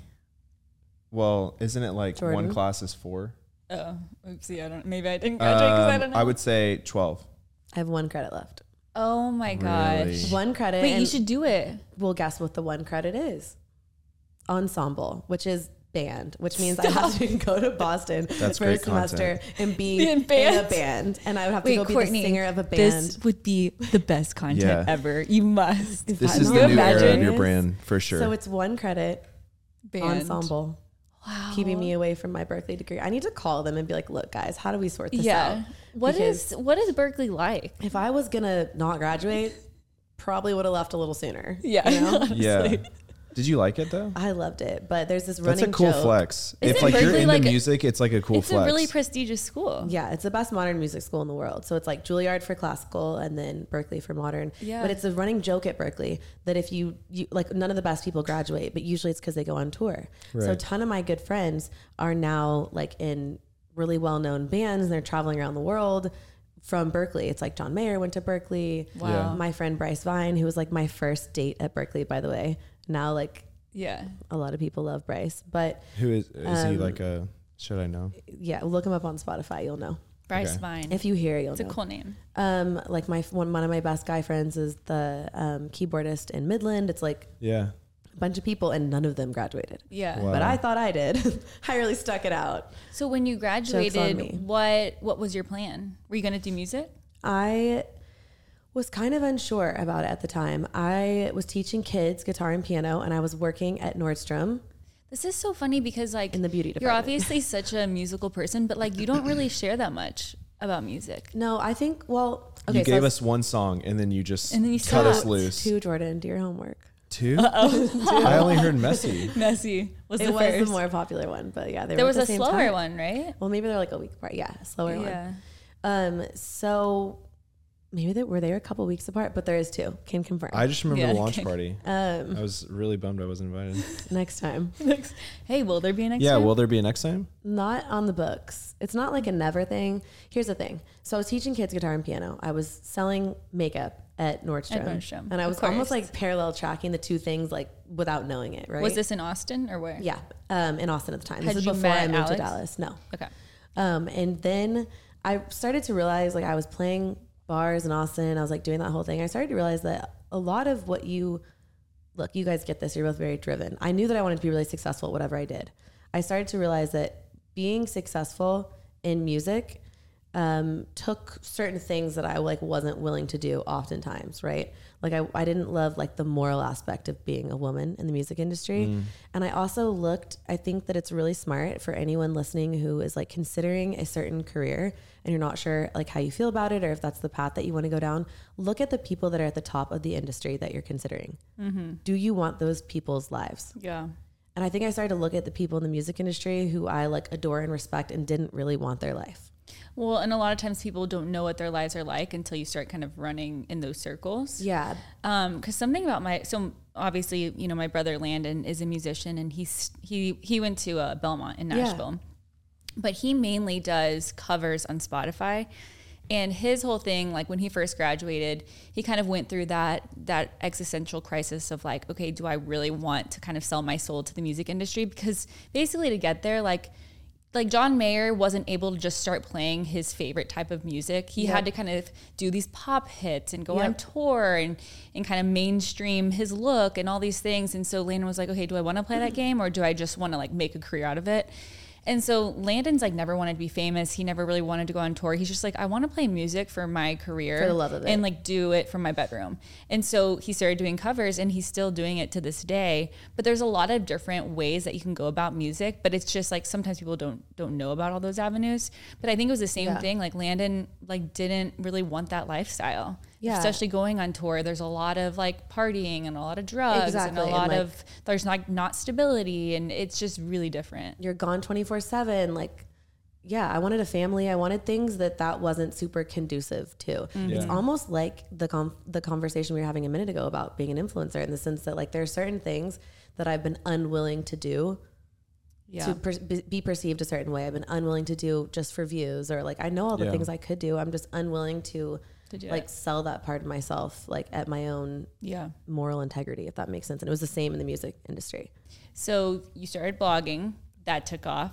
Well, isn't it like Jordan? one class is four? Oh, oopsie. I don't, maybe I didn't graduate because I Um, don't know. I would say 12. I have one credit left. oh my gosh. Really? One credit. Wait, you and- should do it. Well, guess what the one credit is? Ensemble, which is band, which means I have to go to Boston That's for a great semester content. and be Be in in, a band. band. And I would have to go be the singer of a band. This would be the best content Yeah. ever. You must. This Can is you the new era of imagine? your brand for sure. So it's one credit ensemble Wow. keeping me away from my Berkeley degree. I need to call them and be like, look, guys, how do we sort this Yeah. out? What Because- is what is Berkeley like? If I was gonna not graduate, probably would have left a little sooner. Yeah. you know? yeah. Did you like it though? I loved it, but there's this running That's a cool joke. flex. Isn't if like you're Berkeley into like a- music, it's like a cool it's flex. a really prestigious school. Yeah, it's the best modern music school in the world. So it's like Juilliard for classical and then Berkeley for modern. Yeah. But it's a running joke at Berkeley that if you, you like none of the best people graduate, but usually it's because they go on tour. So a Right. ton of my good friends are now like in really well known bands and they're traveling around the world from Berkeley. It's like John Mayer went to Berkeley. Wow. My friend Bryce Vine, who was like my first date at Berkeley, by the way. Now like Yeah. a lot of people love Bryce. But Who is is he Um, like a should I know? yeah, look him up on Spotify, you'll know. Bryce Okay. Vine. If you hear, it, you'll it's a know. cool name. Um, like my one one of my best guy friends is the um, keyboardist in Midland. It's like Yeah. a bunch of people, and none of them graduated. Yeah. Wow. But I thought I did. I really stuck it out. So when you me. graduated, what what was your plan? Were you gonna do music? I was kind of unsure about it at the time. I was teaching kids guitar and piano, and I was working at Nordstrom This is so funny because like in the beauty you're department. obviously such a musical person, but like you don't really share that much about music. no, I think. Well, okay, you so I gave was- us one song and then you just And then you cut us stopped. loose. to Jordan. Do your homework. 2 I only heard messy. Messy was it the was first. the more popular one, but yeah, they there were was a at the same slower time. one, right? Well, maybe they're like a week apart. Yeah, a slower one. Yeah. Um, so maybe they were they a couple weeks apart, but there is two. Can confirm. I just remember Yeah, the launch okay. party. um, I was really bummed I wasn't invited. next time, hey, will there be an next yeah, one? will there be a next time? not on the books. It's not like a never thing. Here's the thing. So I was teaching kids guitar and piano. I was selling makeup at Nordstrom, Nordstrom, and I of was almost course. like parallel tracking the two things like without knowing it. Right? was this in Austin or where? Yeah, um, in Austin at the time. Had this is you before met I moved to Alex? Dallas. No. Okay. Um, and then I started to realize like I was playing bars in Austin. I was like doing that whole thing. I started to realize that a lot of what you look, you guys get this. You're both very driven. I knew that I wanted to be really successful at whatever I did. I started to realize that being successful in music um, took certain things that I like wasn't willing to do oftentimes, right? Like I, I didn't love like the moral aspect of being a woman in the music industry. And I also looked, I think that it's really smart for anyone listening who is like considering a certain career and you're not sure like how you feel about it or if that's the path that you want to go down, look at the people that are at the top of the industry that you're considering. Do you want those people's lives? Yeah. And I think I started to look at the people in the music industry who I like adore and respect and didn't really want their life. Well, and a lot of times people don't know what their lives are like until you start kind of running in those circles. Yeah. Um, 'cause because something about my so obviously you know my brother Landon is a musician and he's he he went to uh, Belmont in Yeah. Nashville, but he mainly does covers on Spotify. And his whole thing, like when he first graduated, he kind of went through that that existential crisis of like, okay, do I really want to kind of sell my soul to the music industry? Because basically, to get there, like like John Mayer wasn't able to just start playing his favorite type of music. He had to kind of do these pop hits and go on Yep. tour and and kind of mainstream his look and all these things. And so Landon was like, okay, do I want to play that game or do I just want to like make a career out of it? And so Landon's like never wanted to be famous. He never really wanted to go on tour. He's just like, I want to play music for my career For the love of it. and like do it from my bedroom. And so he started doing covers and he's still doing it to this day. But there's a lot of different ways that you can go about music, but it's just like sometimes people don't don't know about all those avenues. But I think it was the same Yeah. thing. Like Landon like didn't really want that lifestyle. Yeah. Especially going on tour. There's a lot of like partying and a lot of drugs Exactly, and and, a lot like- of there's like not stability and it's just really different. You're gone 24 7. Like, yeah, I wanted a family. I wanted things that that wasn't super conducive to. Mm-hmm. It's Yeah. almost like the com- the conversation we were having a minute ago about being an influencer in the sense that like there are certain things that I've been unwilling to do Yeah. to per- be be perceived a certain way. I've been unwilling to do just for views or like I know all the Yeah. things I could do. I'm just unwilling to To do like it. sell that part of myself like at my own Yeah. moral integrity if that makes sense. And it was the same in the music industry. So you started blogging, that took off.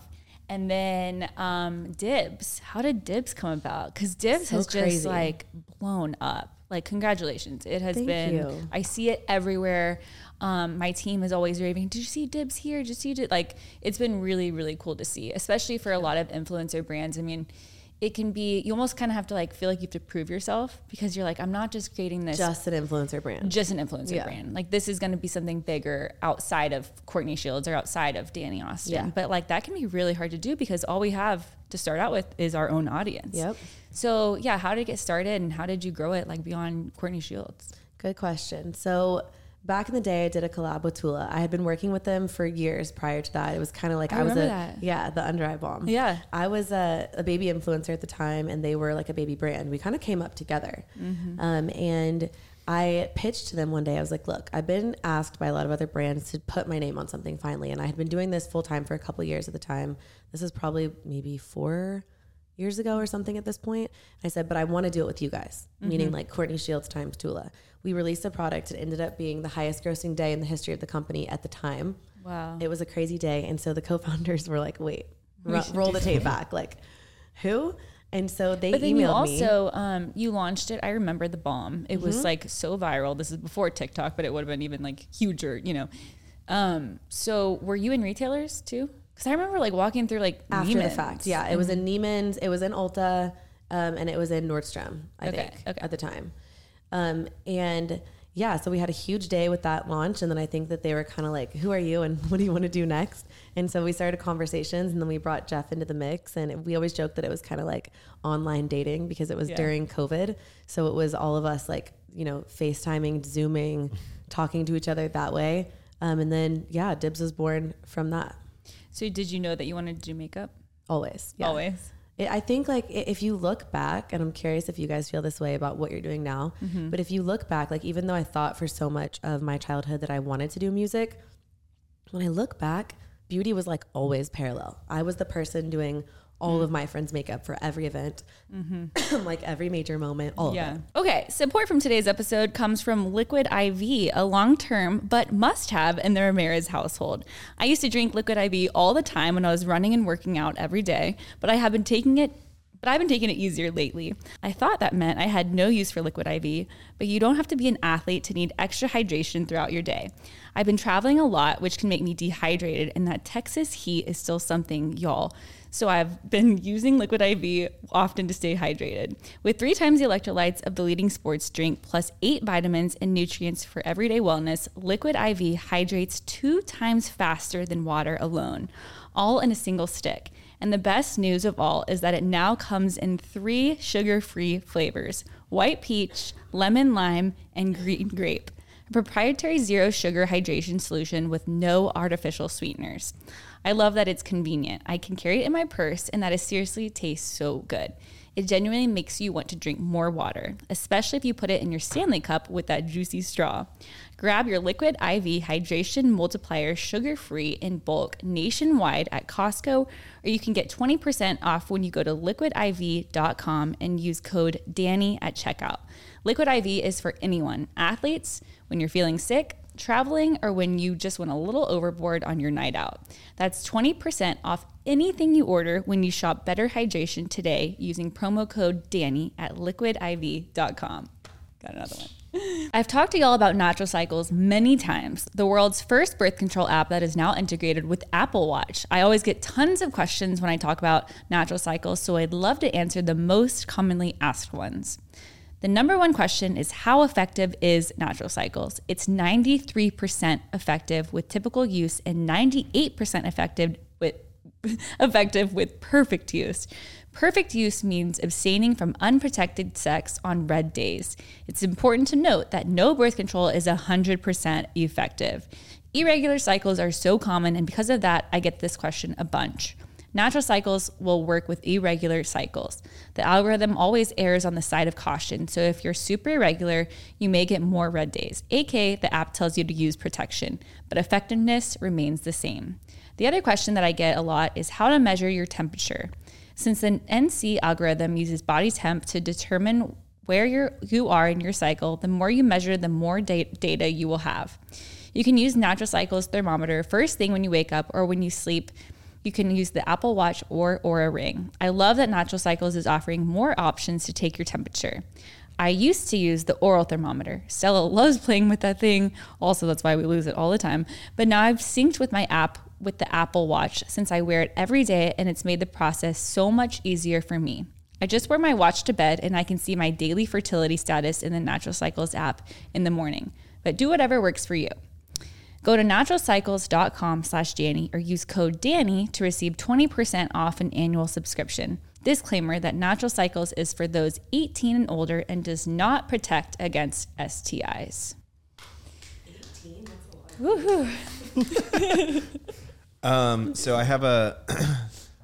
And then um, Dibs, how did Dibs come about? Because Dibs So has just crazy. like blown up. Like, congratulations. It has Thank been, you. I see it everywhere. Um, my team is always raving, did you see Dibs here? Did you see Dibs? Like, it's been really, really cool to see, especially for a lot of influencer brands. I mean, it can be, you almost kind of have to like feel like you have to prove yourself because you're like, I'm not just creating this Just an influencer brand. just an influencer Yeah. brand. Like this is going to be something bigger outside of Courtney Shields or outside of Danny Austin. Yeah. But like that can be really hard to do because all we have to start out with is our own audience. Yep. So yeah, how did it get started and how did you grow it like beyond Courtney Shields? Good question. So back in the day, I did a collab with Tula. I had been working with them for years prior to that. It was kind of like I I, was a remember that. yeah, the under eye bomb. Yeah. I was a, a baby influencer at the time, and they were like a baby brand. We kind of came up together, um, and. I pitched to them one day. I was like, "Look, I've been asked by a lot of other brands to put my name on something finally, and I had been doing this full time for a couple years at the time. This is probably maybe four years ago or something at this point. And I said, but I want to do it with you guys, meaning like Courtney Shields times Tula. We released a product. It ended up being the highest grossing day in the history of the company at the time. Wow. It was a crazy day. And so the co founders were like, wait, ro- roll the tape back. Like, who? And so they But then emailed you me. Mm-hmm. also um, you launched it. I remember the bomb. It was like so viral. This is before TikTok, but it would have been even like huger, you know. Um, so were you in retailers too? Because I remember like walking through like after Neiman's. the fact. Mm-hmm. Yeah, it was in Neiman's, it was in Ulta, um, and it was in Nordstrom, I Okay, think, okay. at the time. Um, and yeah, so we had a huge day with that launch. And then I think that they were kind of like, who are you and what do you want to do next? And so we started conversations and then we brought Jeff into the mix. And we always joked that it was kind of like online dating because it was Yeah. during COVID. So it was all of us like, you know, FaceTiming, Zooming, talking to each other that way. Um, and then, yeah, Dibs was born from that So did you know that you wanted to do makeup? always. Yeah. Always. It, I think like i- if you look back, and I'm curious if you guys feel this way about what you're doing now, but if you look back, like even though I thought for so much of my childhood that I wanted to do music, when I look back, beauty was like always parallel. I was the person doing all of my friends' makeup for every event, like every major moment, all of it. Okay. Support from today's episode comes from Liquid IV, a long term but must have in the Ramirez household. I used to drink Liquid IV all the time when I was running and working out every day, but I have been taking it. But I've been taking it easier lately. I thought that meant I had no use for liquid IV, but you don't have to be an athlete to need extra hydration throughout your day. I've been traveling a lot, which can make me dehydrated, and that Texas heat is still something, y'all. So I've been using Liquid IV often to stay hydrated. With three times the electrolytes of the leading sports drink, plus eight vitamins and nutrients for everyday wellness, Liquid IV hydrates two times faster than water alone, all in a single stick. And the best news of all is that it now comes in three sugar free flavors white peach, lemon lime, and green grape a proprietary zero sugar hydration solution with no artificial sweeteners. I love that it's convenient. I can carry it in my purse, and that it seriously tastes so good. It genuinely makes you want to drink more water, especially if you put it in your Stanley cup with that juicy straw. Grab your Liquid IV Hydration Multiplier sugar free in bulk nationwide at Costco, or you can get 20% off when you go to liquidiv.com and use code DANNY at checkout. Liquid IV is for anyone athletes, when you're feeling sick, traveling, or when you just went a little overboard on your night out. That's 20% off anything you order when you shop Better Hydration today using promo code DANNY at liquidiv.com. Got another one. I've talked to y'all about Natural Cycles many times, the world's first birth control app that is now integrated with Apple Watch. I always get tons of questions when I talk about Natural Cycles, so I'd love to answer the most commonly asked ones. The number one question is how effective is natural cycles? It's 93% effective with typical use and 98% effective with effective with perfect use. Perfect use means abstaining from unprotected sex on red days. It's important to note that no birth control is 100% effective. Irregular cycles are so common, and because of that, I get this question a bunch. Natural cycles will work with irregular cycles. The algorithm always errs on the side of caution. So if you're super irregular, you may get more red days. AK, the app tells you to use protection, but effectiveness remains the same. The other question that I get a lot is how to measure your temperature. Since an NC algorithm uses body temp to determine where you're, you are in your cycle, the more you measure, the more da- data you will have. You can use Natural Cycles thermometer first thing when you wake up or when you sleep. You can use the Apple Watch or Aura Ring. I love that Natural Cycles is offering more options to take your temperature. I used to use the oral thermometer. Stella loves playing with that thing. Also, that's why we lose it all the time. But now I've synced with my app with the Apple Watch since I wear it every day and it's made the process so much easier for me. I just wear my watch to bed and I can see my daily fertility status in the Natural Cycles app in the morning. But do whatever works for you. Go to naturalcycles.com slash Danny or use code Danny to receive 20% off an annual subscription. Disclaimer that Natural Cycles is for those 18 and older and does not protect against STIs. Um, so I have a.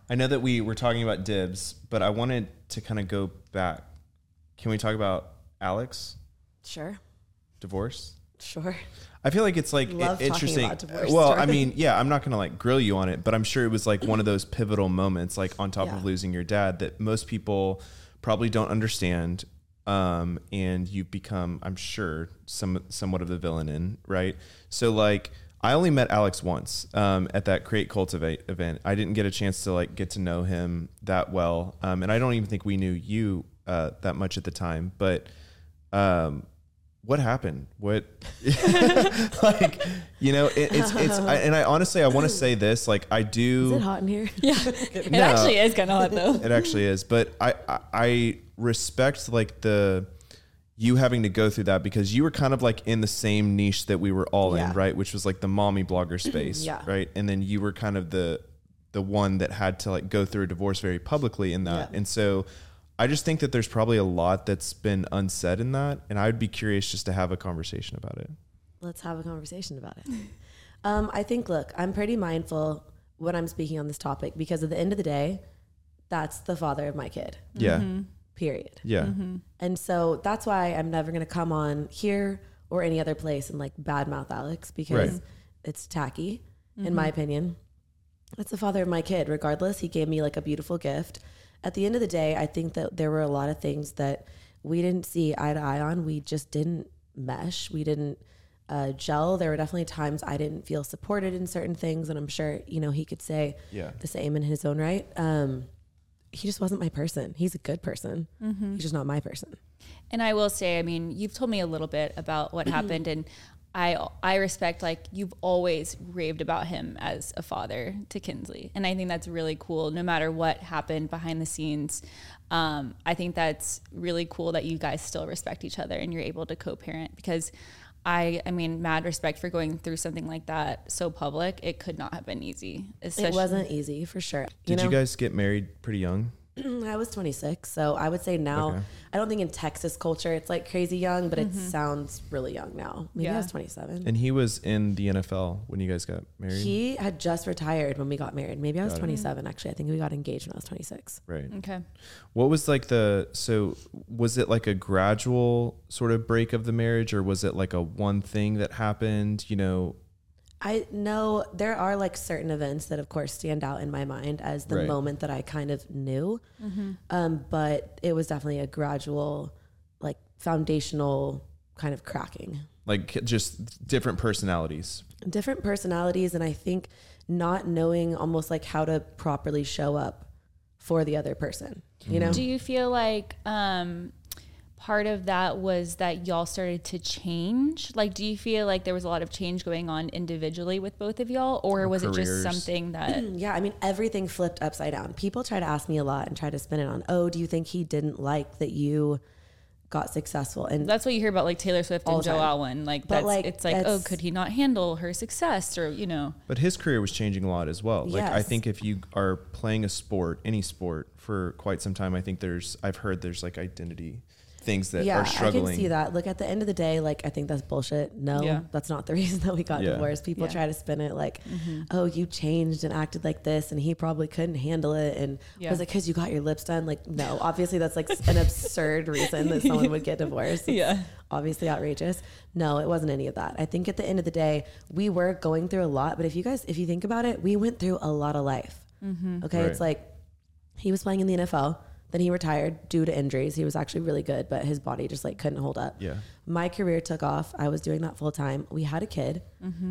I know that we were talking about dibs, but I wanted to kind of go back. Can we talk about Alex Sure. divorce? Sure. I feel like it's like i- Love talking interesting. about divorce well, I stories. mean, yeah, I'm not going to like grill you on it, but I'm sure it was like one of those pivotal moments, like on top of Yeah. losing your dad, that most people probably don't understand. Um, and you've become, I'm sure, some somewhat of the villain in, right? So like, I only met Alex once um, at that Create Cultivate event. I didn't get a chance to like get to know him that well, um, and I don't even think we knew you uh, that much at the time. But um, what happened? What like you know it, it's it's I, and I honestly I want to say this like I Is do it hot in here? Yeah, it actually is kind of hot though. it actually is but I, I I respect like the you having to go through that because you were kind of like in the same niche that we were all Yeah. in right which was like the mommy blogger space Yeah. right and then you were kind of the the one that had to like go through a divorce very publicly in that Yeah. and so I just think that there's probably a lot that's been unsaid in that and I would be curious just to have a conversation about it Let's have a conversation about it. um, I think, look, I'm pretty mindful when I'm speaking on this topic because at the end of the day, that's the father of my kid, yeah Mm-hmm. period. yeah And so that's why I'm never going to come on here or any other place and like badmouth Alex because Right. it's tacky, in my opinion. That's the father of my kid. Regardless, he gave me like a beautiful gift. At the end of the day, I think that there were a lot of things that we didn't see eye to eye on. We just didn't mesh. We didn't uh, gel. There were definitely times I didn't feel supported in certain things. And I'm sure, you know, he could say yeah the same in his own right. Um, he just wasn't my person. He's a good person. He's just not my person. And I will say, I mean, you've told me a little bit about Mm-hmm. what happened, and I I respect like you've always raved about him as a father to Kinsley, and I think that's really cool. No matter what happened behind the scenes, um, I think that's really cool that you guys still respect each other and you're able to co-parent because. I, I mean, mad respect for going through something like that so public. It could not have been easy. It especially- wasn't easy for sure. Did know, you guys get married pretty young? I was 26, so I would say now. Okay. I don't think in Texas culture it's like crazy young, but it sounds really young now. Maybe I Yeah. was 27. And he was in the NFL when you guys got married, He had just retired when we got married. Maybe I was 27. Actually, I think we got engaged when I was 26. right? Okay. What was like the so was it like a gradual sort of break of the marriage, or was it like a one thing that happened? You know, I know there are like certain events that, of course, stand out in my mind as the Right. moment that I kind of knew. Um, but it was definitely a gradual, like foundational kind of cracking. like just different personalities, different personalities and i think not knowing almost like how to properly show up for the other person you know Do you feel like um, part of that was that y'all started to change? Like, do you feel like there was a lot of change going on individually with both of y'all, or was it just careers. something that? yeah i mean everything flipped upside down people try to ask me a lot and try to spin it on oh do you think he didn't like that you got successful and That's what you hear about like Taylor Swift All and the Joe time. Alwyn. Like, But, that's like, it's like, oh, that's- could he not handle her success, or you know? but his career was changing a lot as well. Like I Yes. think if you are playing a sport, any sport, for quite some time, I think there's I've heard there's like identity things that yeah, are struggling. I can see that. Look, at the end of the day, like I think that's bullshit. No, Yeah. that's not the reason that we got Yeah. divorced. People Yeah. Mm-hmm. try to spin it like, oh, you changed and acted like this, and he probably couldn't handle it, and Yeah. was it because you got your lips done? Like, no, obviously that's like an absurd reason that someone would get divorced. It's Yeah. obviously outrageous. No, it wasn't any of that. I think at the end of the day, we were going through a lot. But if you guys, if you think about it, we went through a lot of life. Okay, it's Right. like he was playing in the NFL. Then he retired due to injuries. He was actually really good, but his body just like couldn't hold up. Yeah. My career took off. I was doing that full time. We had a kid.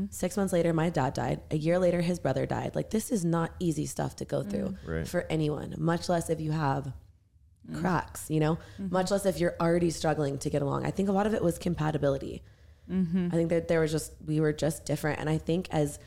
Six months later, my dad died. A year later, his brother died. Like, this is not easy stuff to go through Right. for anyone, much less if you have cracks, you know, much less if you're already struggling to get along. I think a lot of it was compatibility. I think that there was just, we were just different. And I think as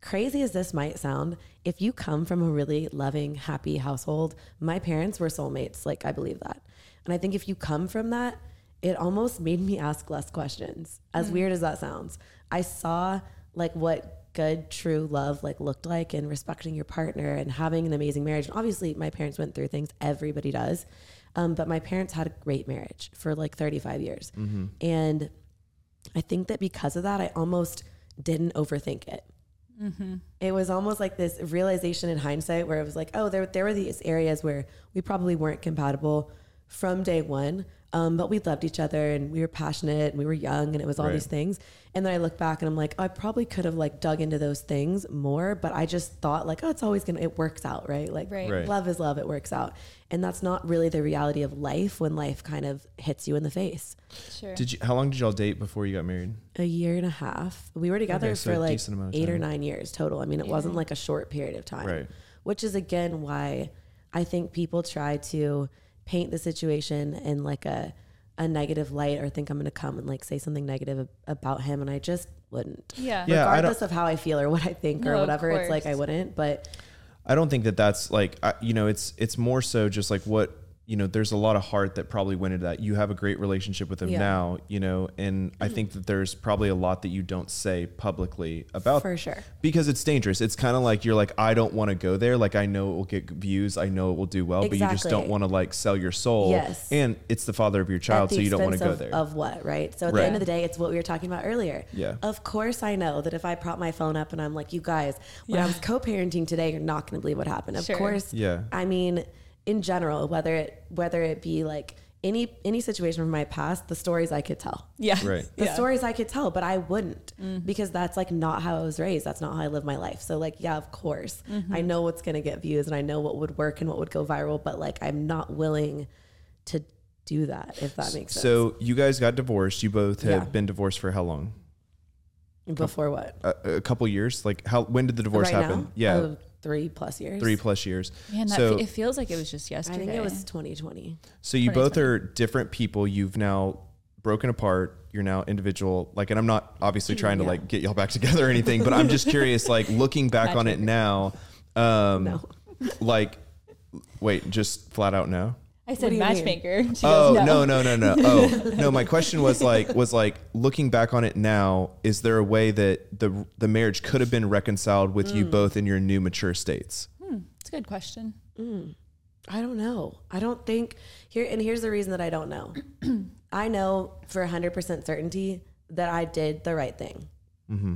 crazy as this might sound, if you come from a really loving, happy household, my parents were soulmates. Like, I believe that. And I think if you come from that, it almost made me ask less questions. As weird as that sounds, I saw like what good true love like looked like and respecting your partner and having an amazing marriage. And obviously my parents went through things everybody does. Um, but my parents had a great marriage for like 35 years. And I think that because of that, I almost didn't overthink it. It was almost like this realization in hindsight where it was like, oh, there, there were these areas where we probably weren't compatible from day one, um, but we loved each other and we were passionate and we were young and it was all Right. these things. And then I look back and I'm like, I probably could have like dug into those things more, but I just thought like, oh, it's always gonna, it works out, right? Like, Right. Right. love is love, it works out. And that's not really the reality of life when life kind of hits you in the face. Sure. Did you? How long did y'all date before you got married? a year and a half. We were together Okay, so for a like decent amount of eight or time. nine years total. I mean, it wasn't like a short period of time, Right. which is again why I think people try to paint the situation in like a a negative light or think I'm going to come and like say something negative ab- about him, and I just wouldn't. Yeah. Yeah. I don't- Regardless of how I feel or what I think No, or of whatever, it's like I course. wouldn't. But I don't think that that's like I, you know it's it's more so just like what you know there's a lot of heart that probably went into that you have a great relationship with them Yeah. Mm-hmm. now you know and I think that there's probably a lot that you don't say publicly about for sure, because it's dangerous it's kind of like you're like I don't want to go there like I know it will get views I know it will do well but you just don't Exactly. want to like sell your soul Yes. and it's the father of your at child the so you don't want to expense go of- there Of what, right? So at Right. the end of the day, it's what we were talking about earlier. Yeah. Of course, I know that if I prop my phone up and I'm like, "You guys, when I was co-parenting today, you're not going to believe what happened." Of Sure. course. Yeah. I mean, in general, whether it whether it be like any any situation from my past, the stories I could tell Yeah. Right. the Yeah. stories I could tell, but I wouldn't Mm-hmm. because that's like not how I was raised. That's not how I live my life. So like, yeah, of course, I Mm-hmm. know what's gonna get views and I know what would work and what would go viral, but like, I'm not willing to do that if that makes sense. so you guys got divorced you both have Yeah. been divorced for how long Before what? a, a couple years like how when did the divorce right happen now? yeah Oh, three plus years. three plus years Man, that so fe- it feels like it was just I yesterday. think it was 2020. So you both 2020. are different people. You've now broken apart. You're now individual. Like, and I'm not obviously trying to Yeah. like get y'all back together or anything, but I'm just curious, like looking back on it now, um, No. like, wait, just flat out no. I What said do you mean? matchmaker. She Oh goes, no no no no oh no! My question was like was like looking back on it now. Is there a way that the the marriage could have been reconciled with Mm. you both in your new mature states? Hmm, it's a good question. I don't know. I don't think here and here's the reason that I don't know. I know for 100% certainty that I did the right thing. Mm-hmm.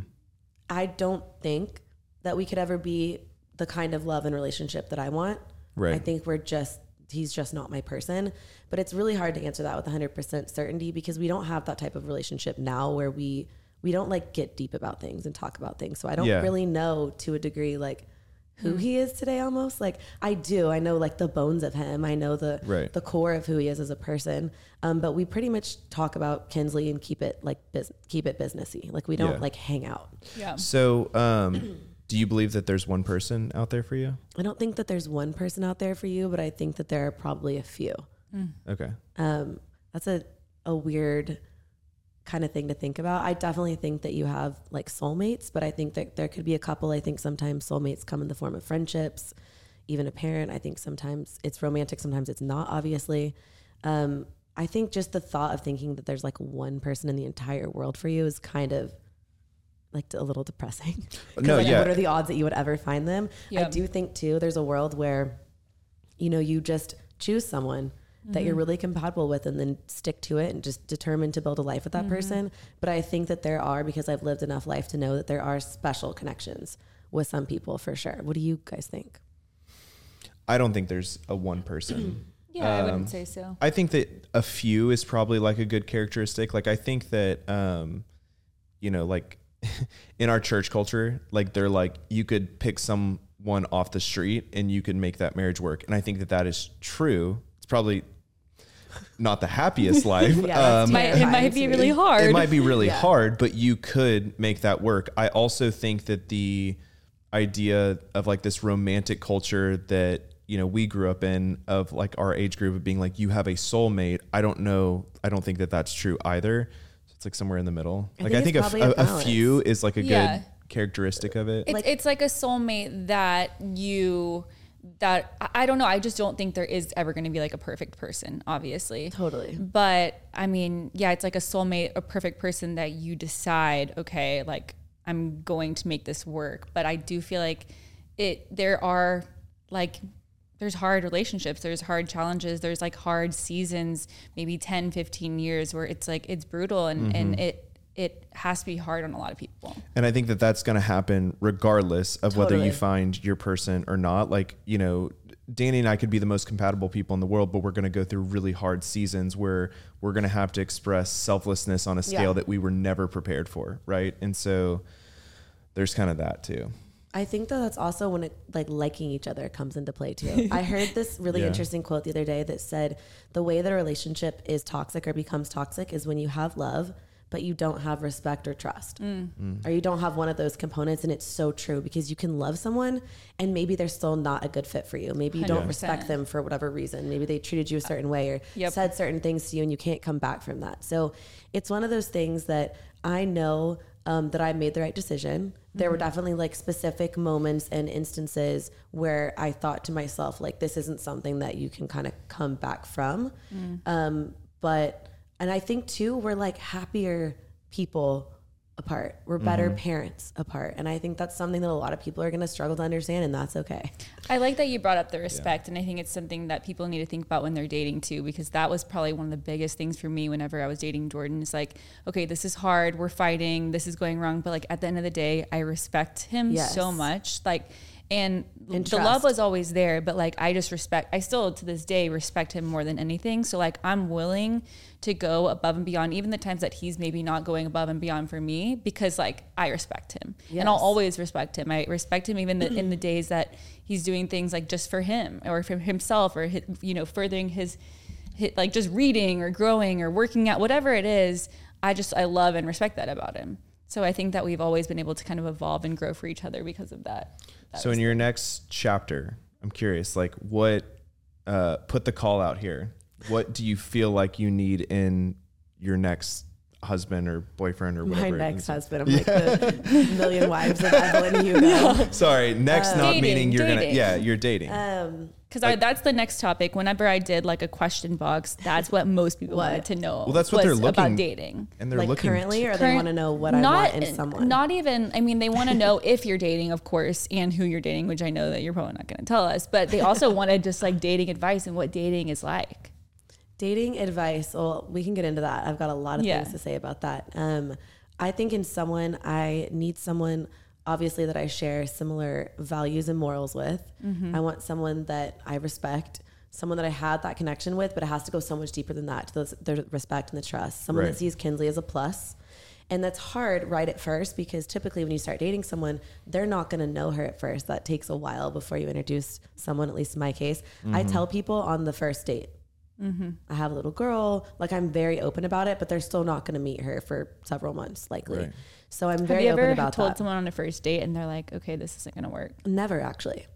I don't think that we could ever be the kind of love and relationship that I want. Right. I think we're just he's just not my person, but it's really hard to answer that with 100% certainty because we don't have that type of relationship now where we we don't like get deep about things and talk about things. So I don't Yeah. really know to a degree like Hmm. who he is today almost like i do i know like the bones of him i know the Right. the core of who he is as a person um, but we pretty much talk about kinsley and keep it like bus- keep it businessy like we don't Yeah. like hang out Yeah. So um, do you believe that there's one person out there for you? i don't think that there's one person out there for you but i think that there are probably a few Okay. um, that's a, a weird kind of thing to think about. I definitely think that you have like soulmates, but I think that there could be a couple. I think sometimes soulmates come in the form of friendships, even a parent. I think sometimes it's romantic, sometimes it's not, obviously. Um, I think just the thought of thinking that there's like one person in the entire world for you is kind of like a little depressing. 'Cause, No, like, yeah. What are the odds that you would ever find them? I Yeah. do think too, there's a world where, you know, you just choose someone that you're really compatible with and then stick to it and just determined to build a life with that person. But I think that there are, because I've lived enough life to know that there are special connections with some people for sure. What do you guys think? I don't think there's a one person. Yeah, I wouldn't say so. I think that a few is probably like a good characteristic. Like I think that um, you know, like in our church culture, like they're like you could pick someone off the street and you could make that marriage work. And I think that that is true. It's probably not the happiest life. Um, Yeah, that's Might- it terrifying might to be me. really hard. It might be really hard, but you could make that work. I also think that the idea of like this romantic culture that you know we grew up in of like our age group of being like you have a soulmate. I don't know. I don't think that that's true either. So it's like somewhere in the middle. I like think I it's think a, f- probably a a- a balance. few is like a Yeah. good characteristic of it. It's like, it's like a soulmate that you that I- I don't know. I just don't think there is ever going to be like a perfect person, obviously. Totally. But I mean, yeah, it's like a soulmate, a perfect person that you decide, okay, like I'm going to make this work. But I do feel like it there are like there's hard relationships, there's hard challenges, there's like hard seasons, maybe 10, 15 years where it's like it's brutal and and it it has to be hard on a lot of people. And I think that that's going to happen regardless of whether Totally. you find your person or not. Like, you know, Danny and I could be the most compatible people in the world, but we're going to go through really hard seasons where we're going to have to express selflessness on a scale Yeah. that we were never prepared for. Right. And so there's kind of that too. I think though that's also when it like liking each other comes into play too. I heard this really Yeah. interesting quote the other day that said the way that a relationship is toxic or becomes toxic is when you have love but you don't have respect or trust. Or you don't have one of those components and it's so true because you can love someone and maybe they're still not a good fit for you. Maybe you don't 100%. respect them for whatever reason. Maybe they treated you a certain way or Yep. said certain things to you and you can't come back from that. So it's one of those things that I know um, that I made the right decision. There were definitely like specific moments and instances where I thought to myself, like, this isn't something that you can kind of come back from. Um, but, and I think too, we're like happier people apart. We're better parents apart. And I think that's something that a lot of people are going to struggle to understand, and that's okay. I like that you brought up the respect, and I think it's something that people need to think about when they're dating too, because that was probably one of the biggest things for me whenever I was dating Jordan. It's like, okay, this is hard, we're fighting, this is going wrong, but like at the end of the day, I respect him Yes. so much, like, and, And the love trust. was always there, but like I just respect, I still to this day respect him more than anything. So like I'm willing to go above and beyond, even the times that he's maybe not going above and beyond for me, because like I respect him, and I'll Yes. always always respect him. I respect him even the, in the days that he's doing things like just for him or for himself or hi- you know furthering his, hi like just reading or growing or working out whatever it is. I just I love and respect that about him. So I think that we've always been able to kind of evolve and grow for each other because of that. So in your next chapter, I'm curious, like what, uh, put the call out here. What do you feel like you need in your next husband or boyfriend or My whatever? next husband, I'm like the million wives of Evelyn Hugo. Sorry, next not Dating, meaning you're gonna dating. yeah, you're dating. Um, Because that's the next topic. Whenever I did like a question box, that's what most people wanted to know. Well, that's what they're about looking- dating. and they're like looking currently, or they Current- want to know what I want in someone. Not even. I mean, they want to know if you're dating, of course, and who you're dating, which I know that you're probably not going to tell us. But they also wanted just like dating advice and what dating is like. Dating advice. Well, we can get into that. I've got a lot of Yeah. things to say about that. Um, I think in someone, I need someone obviously that I share similar values and morals with. I want someone that I respect, someone that I had that connection with, but it has to go so much deeper than that to those, the respect and the trust. Someone Right. that sees Kinsley as a plus. And that's hard right at first because typically when you start dating someone, they're not going to know her at first. That takes a while before you introduce someone, at least in my case. I tell people on the first date, I have a little girl. Like I'm very open about it, but they're still not going to meet her for several months, likely. Right. So I'm Have very you open ever about told that. someone on a first date and they're like, "Okay, this isn't going to work"? Never actually,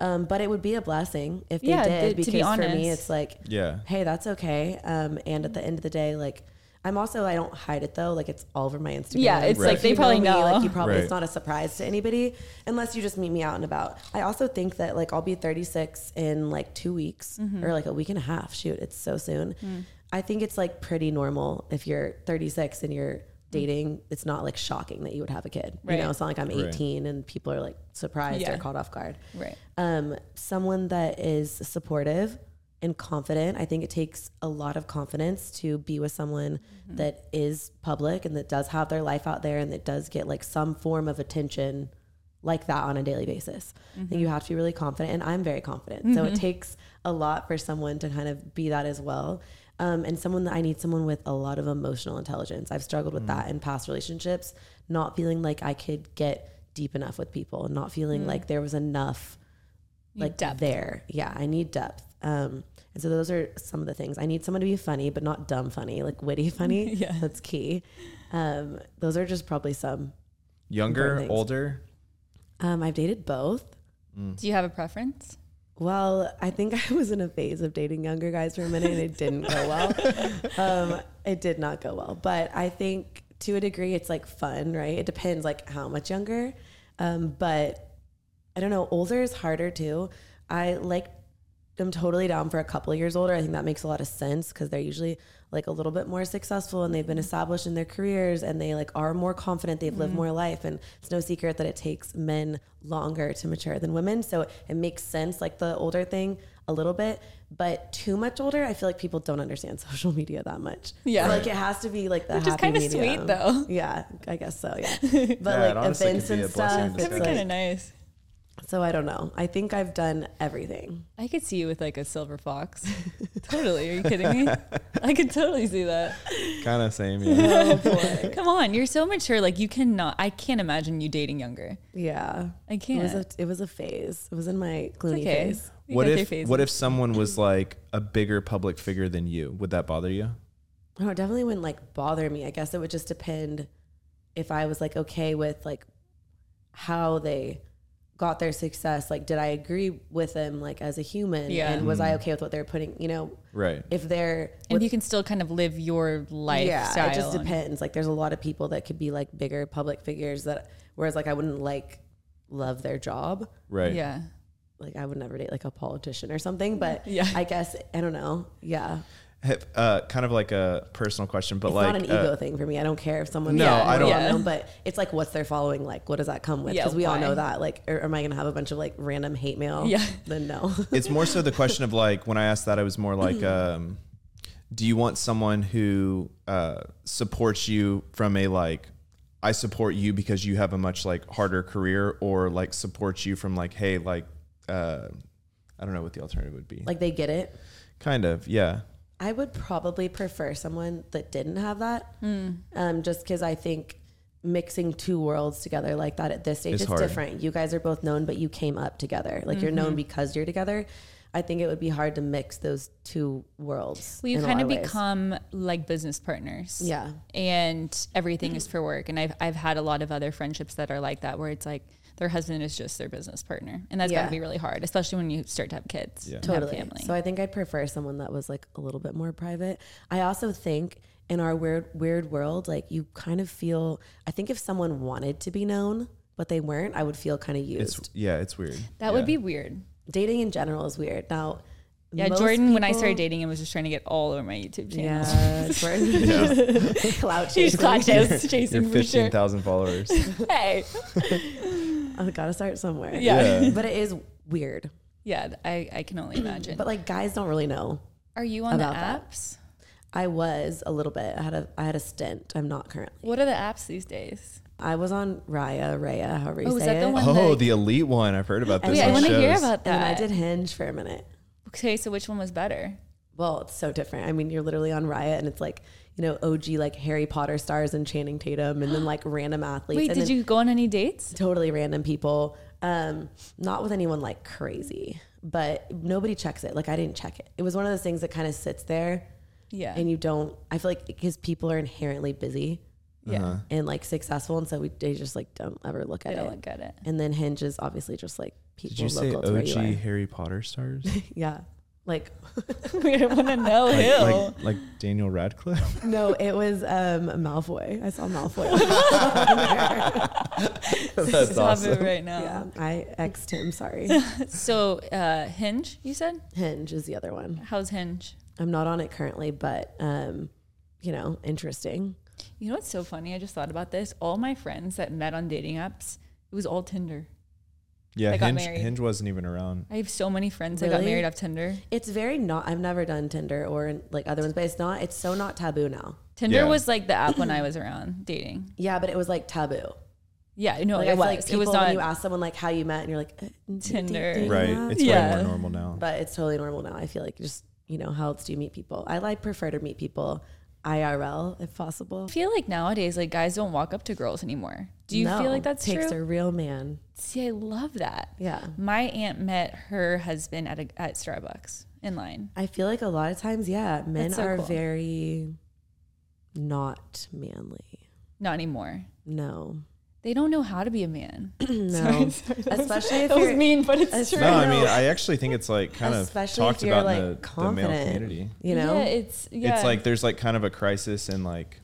um, but it would be a blessing if they Hmm. Yeah, did d- because to be for me honest. it's like, Yeah. hey, that's okay. Um, and at the end of the day, like. I'm also I don't hide it though like it's all over my Instagram. Yeah, it's like If they you probably me, know. Like you probably Right. it's not a surprise to anybody unless you just meet me out and about. I also think that like I'll be 36 in like 2 weeks Mm-hmm. or like a week and a half. Shoot, it's so soon. Hmm. I think it's like pretty normal if you're 36 and you're dating. It's not like shocking that you would have a kid. Hmm. Right. You know, it's not like I'm Right. 18 and people are like surprised Yeah. or caught off guard Right. um, someone that is supportive and confident. I think it takes a lot of confidence to be with someone that is public and that does have their life out there and that does get like some form of attention like that on a daily basis. I think you have to be really confident, and I'm very confident. So it takes a lot for someone to kind of be that as well. Um, and someone that I need someone with a lot of emotional intelligence. I've struggled with that in past relationships, not feeling like I could get deep enough with people, not feeling like there was enough You like depth. there. Yeah, I need depth. Um, and so those are some of the things. I need someone to be funny, but not dumb funny, like witty funny. Yeah. That's key. Um, those are just probably some. Younger, Important things. older. Mm, Um, I've dated both. Do you have a preference? Well, I think I was in a phase of dating younger guys for a minute and it didn't go well. Um, it did not go well. But I think to a degree it's like fun, right? It depends like how much younger. Um, but I don't know, older is harder too. I like I'm totally down for a couple of years older. I think that makes a lot of sense because they're usually like a little bit more successful and Mm-hmm. they've been established in their careers and they like are more confident. They've lived more life and it's no secret that it takes men longer to mature than women. So it makes sense like the older thing a little bit, but too much older, I feel like people don't understand social media that much. Yeah. like it has to be like the Which is happy kinda sweet, medium. though. Yeah, I guess so. Yeah, it but like honestly could events be and a blessing in stuff. That'd It's be disguise. kind of like, nice. so I don't know. I think I've done everything. I could see you with like a silver fox. totally. Are you kidding me? I could totally see that. Kind of same. Yeah. Come on, you're so mature. Like you cannot. I can't imagine you dating younger. Yeah. I It was, can't. a, it was a phase. It was in my Clooney okay. phase. You what go through if phases. what if someone was like a bigger public figure than you? Would that bother you? No, Oh, it definitely wouldn't like bother me. I guess it would just depend if I was like okay with like how they got their success. Like, did I agree with them like as a human? Yeah. And was Mm-hmm. I okay with what they're putting? You know, Right. if they're And you can still kind of live your lifestyle. Yeah, it just and- depends. Like, there's a lot of people that could be like bigger public figures that, whereas like I wouldn't like love their job. Right. Yeah. Like, I would never date like a politician or something. But Yeah. I guess I don't know. Yeah, Have- uh, kind of like a personal question, but it's like not an uh, ego thing for me. I don't care if someone No, I don't- well known, but it's like what's their following like? What does that come with? Yeah, Because we all why? know that. Like, or, am I gonna have a bunch of like random hate mail? Yeah. Then no. it's more so the question of like when I asked that, I was more like, um, do you want someone who uh, supports you from a like, I support you because you have a much like harder career, or like supports you from like, hey, like, uh, I don't know what the alternative would be. like they get it. kind of, yeah. I would probably prefer someone that didn't have that. Hmm. Um, just because I think mixing two worlds together like that at this stage It's is hard. different. You guys are both known, but you came up together. Like you're Mm-hmm. known because you're together. I think it would be hard to mix those two worlds. Well, you in a kind of lot ways. become like business partners. Yeah. And everything is for work. And I've, I've had a lot of other friendships that are like that, where it's like their husband is just their business partner. And that's got Yeah. to be really hard, especially when you start to have kids. Yeah. and have totally. family. So I think I'd prefer someone that was like a little bit more private. I also think in our weird weird world, like you kind of feel. I think if someone wanted to be known but they weren't, I would feel kind of used. It's yeah, it's weird. that would be weird. Dating in general is weird. Now, Yeah, most Jordan, when I people- started dating him, was just trying to get all over my YouTube channel. yeah, Jordan, clout She's chasing. clout chas- Your chasing for fifteen sure. thousand followers. Hey, I gotta start somewhere. yeah, yeah. but it is weird. I, I can only imagine. But like guys don't really know. are you on the about that. apps? I was a little bit. I had a I had a stint. I'm not currently. What are the apps these days? I was on Raya, Raya, however you Oh, say is that it. the one? Oh, like- the elite one. I've heard about Yeah, this. yeah, I on want to hear shows. about And then that. I did Hinge for a minute. Okay, so which one was better? Well, it's so different. I mean, you're literally on Riot, and it's like you know OG like Harry Potter stars and Channing Tatum, and then like random athletes. Wait, and did then you go on any dates? Totally random people. Um, not with anyone like crazy, but nobody checks it. Like I didn't check it. It was one of those things that kind of sits there, Yeah, and you don't. I feel like because people are inherently busy yeah. and like successful, and so we they just like don't ever look I at don't it. look at it. and then Hinge is obviously just like people Did you say local to where you OG are. Harry Potter stars? Yeah, like we want to know like, who. like, like Daniel Radcliffe? No, it was um, Malfoy. I saw Malfoy. on there. Stop it right now. yeah, I X'd him. Sorry. So uh, Hinge, you said? Hinge is the other one. How's Hinge? I'm not on it currently, but um, you know, interesting. You know what's so funny? I just thought about this. All my friends that met on dating apps, it was all Tinder. Yeah, that got Hinge, married. Hinge wasn't even around. I have so many friends that got Really? married off Tinder. It's very not. I've never done Tinder or like other ones, but it's not. It's so not taboo now. Tinder Yeah. was like the app when I was around dating. Yeah, but it was like taboo. Yeah, no, Like I it feel was. like people it was when you not. ask someone like how you met, and you're like uh, d- d- Tinder. dating Right. app? It's way Yeah. more normal now. but it's totally normal now. I feel like just you know how else do you meet people? I like prefer to meet people IRL if possible. I feel like nowadays, like guys don't walk up to girls anymore. Do you feel like that's takes true? a real man? See, I love that. Yeah. My aunt met her husband at a, at Starbucks in line. I feel like a lot of times, yeah, men That's so are cool. very not manly. Not anymore. No, They don't know how to be a man. no, especially if that was you're mean, but That's it's true. No, I No. mean, I actually think it's like kind of Especially if talked you're, about like, in the, the male confident. community. you know yeah, it's yeah. It's like there's like kind of a crisis in like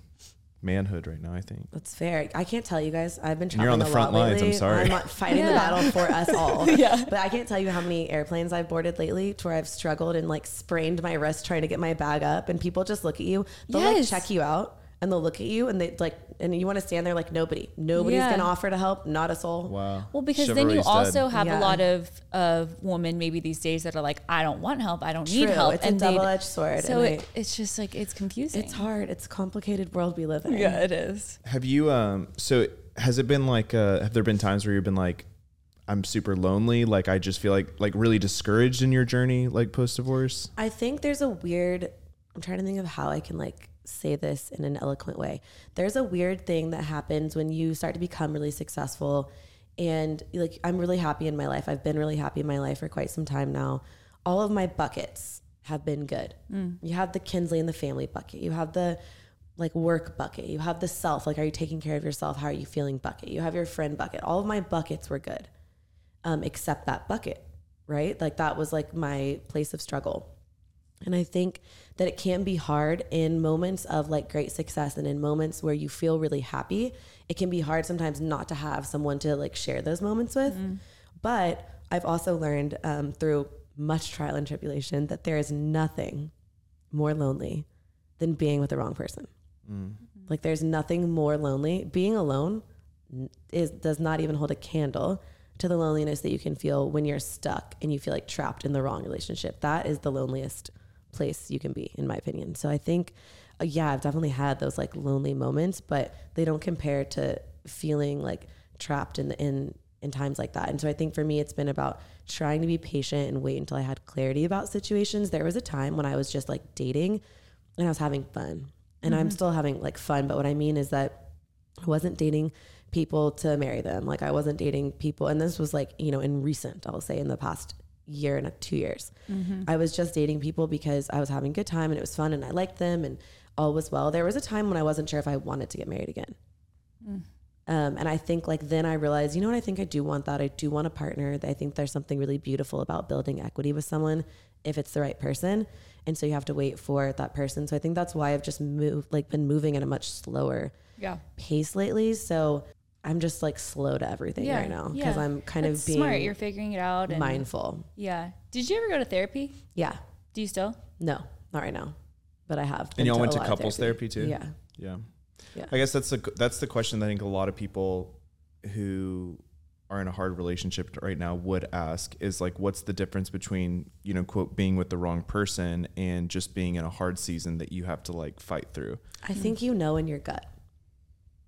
manhood right now. I think. That's fair. I can't tell you guys. I've been And traveling you're on the a front lot lines, I'm lately. sorry. I'm uh, fighting the Yeah. battle for us all. Yeah. But I can't tell you how many airplanes I've boarded lately to where I've struggled and like sprained my wrist trying to get my bag up and people just look at you. They'll Yes. like check you out and they'll look at you and they like and you want to stand there like nobody. Nobody's Yeah. gonna offer to help, not a soul. Wow. Well, because then you Chivalry's also dead. have Yeah. a lot of of women maybe these days that are like, I don't want help, I don't need True. help, It's a they- double-edged sword, So and it, it's just like it's confusing. It's hard. It's a complicated world we live in. Yeah, it is. Have you um so has it been like uh have there been times where you've been like I'm super lonely, like I just feel like like really discouraged in your journey like post divorce? I think there's a weird. I'm trying to think of how I can like say this in an eloquent way. There's a weird thing that happens when you start to become really successful, and like I'm really happy in my life. I've been really happy in my life for quite some time now. All of my buckets have been good. You have the Kinsley and the family bucket. You have the like work bucket. You have the self. Like, are you taking care of yourself? How are you feeling? Bucket. You have your friend bucket. All of my buckets were good, um, except that bucket, right? Like that was like my place of struggle. And I think that it can be hard in moments of like great success and in moments where you feel really happy. It can be hard sometimes not to have someone to like share those moments with. But I've also learned um, through much trial and tribulation that there is nothing more lonely than being with the wrong person. Like there's nothing more lonely. Being alone n- is does not even hold a candle to the loneliness that you can feel when you're stuck and you feel like trapped in the wrong relationship. That is the loneliest place you can be in my opinion. So I think uh, yeah, I've definitely had those like lonely moments, but they don't compare to feeling like trapped in the in in times like that. And so I think for me it's been about trying to be patient and wait until I had clarity about situations. There was a time when I was just like dating and I was having fun. And I'm still having like fun, but what I mean is that I wasn't dating people to marry them. Like I wasn't dating people, and this was like you know in recent, I'll say in the past year and a- two years, I was just dating people because I was having a good time and it was fun and I liked them and all was well. There was a time when I wasn't sure if I wanted to get married again. Um, and I think like then I realized, you know what? I think I do want that. I do want a partner. I think there's something really beautiful about building equity with someone if it's the right person. And so you have to wait for that person. So I think that's why I've just moved, like been moving at a much slower Yeah. pace lately. So I'm just like slow to everything Yeah, right now because yeah. I'm kind That's of being smart. You're figuring it out. And, mindful. Yeah. Did you ever go to therapy? Yeah. Do you still? No, not right now, but I have. been And y'all went a to lot of couples therapy, too? Yeah. Yeah. Yeah. I guess that's the that's the question that I think a lot of people who are in a hard relationship right now would ask is like what's the difference between, you know, quote being with the wrong person and just being in a hard season that you have to like fight through. Hmm. I think you know in your gut.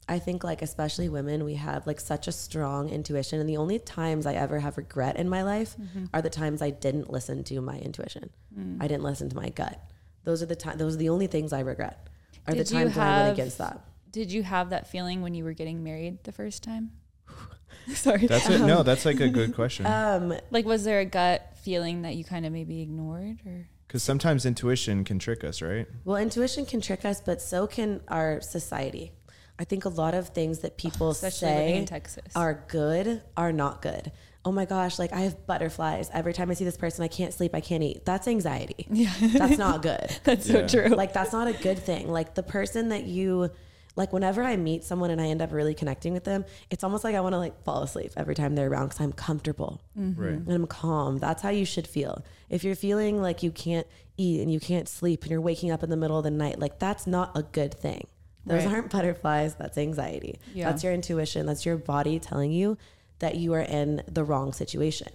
I think like especially women, we have like such a strong intuition. And the only times I ever have regret in my life Mm-hmm. are the times I didn't listen to my intuition. Mm. I didn't listen to my gut. Those are the time those are the only things I regret. Are Did the you times when I have- went against that. Did you have that feeling when you were getting married the first time? Sorry. That's it. No, that's like a good question. Uh, Um, like, was there a gut feeling that you kind of maybe ignored or? Cuz sometimes intuition can trick us, right? Well, intuition can trick us, but so can our society. I think a lot of things that people Especially living say in Texas. are good are not good. Oh my gosh, like I have butterflies every time I see this person. I can't sleep. I can't eat. That's anxiety. Yeah. That's not good. That's Yeah. so true. like that's not a good thing. Like the person that you like whenever I meet someone and I end up really connecting with them, it's almost like I want to like fall asleep every time they're around cuz I'm comfortable Mm-hmm. Right. and I'm calm. That's how you should feel. If you're feeling like you can't eat and you can't sleep and you're waking up in the middle of the night, like that's not a good thing. Those Right. aren't butterflies. That's anxiety. Yeah. That's your intuition. That's your body telling you that you are in the wrong situation.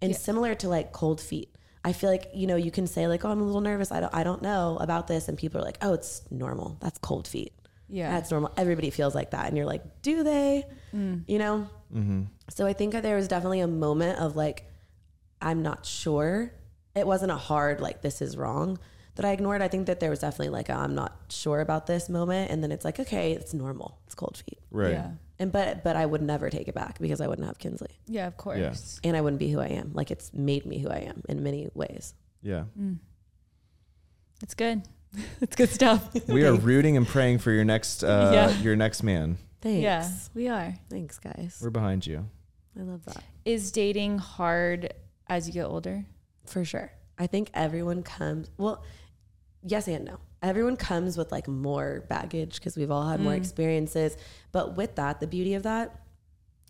And similar to like cold feet, I feel like you know you can say like, "Oh, I'm a little nervous. I don't, I don't know about this," and people are like, "Oh, it's normal. That's cold feet. Yeah. that's normal. Everybody feels like that." And you're like, "Do they? Mm. You know?" So I think that there was definitely a moment of like, I'm not sure. It wasn't a hard like this is wrong that I ignored. I think that there was definitely like i I'm not sure about this moment, and then it's like okay, it's normal. It's cold feet. Right. Yeah. And but but I would never take it back because I wouldn't have Kinsley, Yeah, of course. and I wouldn't be who I am. Like it's made me who I am in many ways. Yeah. Mm. It's good. it's good stuff. We are rooting and praying for your next uh, Yeah. your next man. Thanks. Yeah, we are. Thanks, guys. We're behind you. I love that Is dating hard as you get older? for sure. I think everyone comes well. Yes and no. Everyone comes with like more baggage because we've all had Mm. more experiences. But with that, the beauty of that,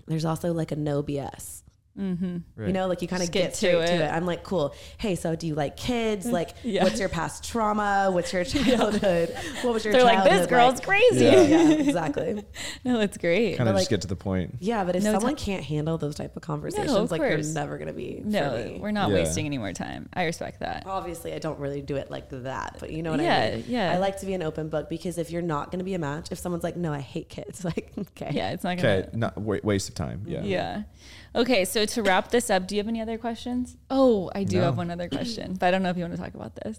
there's also like a no BS. Mm-hmm. Right. You know, like you kind of Just get, get to straight to it. it. I'm like, cool. Hey, so do you like kids? Like, Yeah. what's your past trauma? What's your childhood? What was your They're like, childhood? this girl's crazy. Yeah. like? yeah, exactly. No, it's great. Kind of But, like- just get to the point. Yeah, but if No someone can't handle those type of conversations, No, of like they're course. never gonna be. for No, me. we're not Yeah. wasting any more time. I respect that. obviously I don't really do it like that, but you know what I Yeah, mean. yeah. I like to be an open book because if you're not gonna be a match, if someone's like, no, I hate kids, like, okay, Yeah, it's not gonna. Okay, not wa- waste of time. Yeah. Yeah. Okay, so to wrap this up, do you have any other questions? Oh, I do have one other question, but I don't know if you want to talk about this.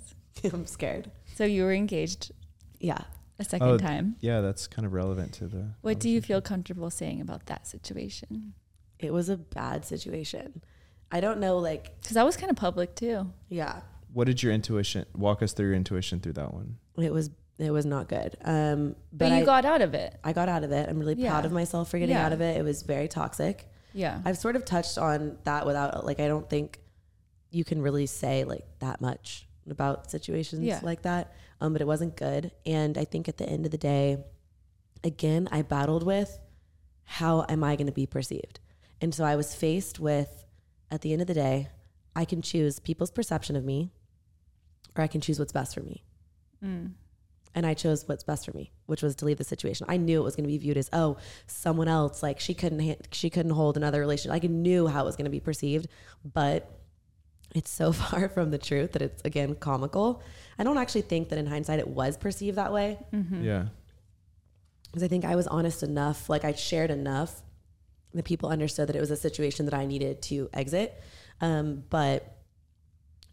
I'm scared. So you were engaged Yeah. a second Oh, time. Yeah, that's kind of relevant to the. What do you feel comfortable saying about that situation? It was a bad situation. I don't know, like, Because that was kind of public too. yeah. What did your intuition walk us through your intuition through that one? It was it was not good. Um But, but, you I, got out of it. I got out of it. I'm really proud Yeah. of myself for getting Yeah. out of it. It was very toxic. Yeah. I've sort of touched on that without like I don't think you can really say like that much about situations Yeah. like that. Um, but it wasn't good. And I think at the end of the day, again, I battled with how am I going to be perceived? And so I was faced with at the end of the day, I can choose people's perception of me or I can choose what's best for me. Mm. And I chose what's best for me, which was to leave the situation. I knew it was going to be viewed as, oh, someone else. Like she couldn't, ha- she couldn't hold another relationship. Like I knew how it was going to be perceived, but it's so far from the truth that it's again comical. I don't actually think that in hindsight it was perceived that way mm-hmm. Yeah. because I think I was honest enough, like I shared enough that people understood that it was a situation that I needed to exit. Um, but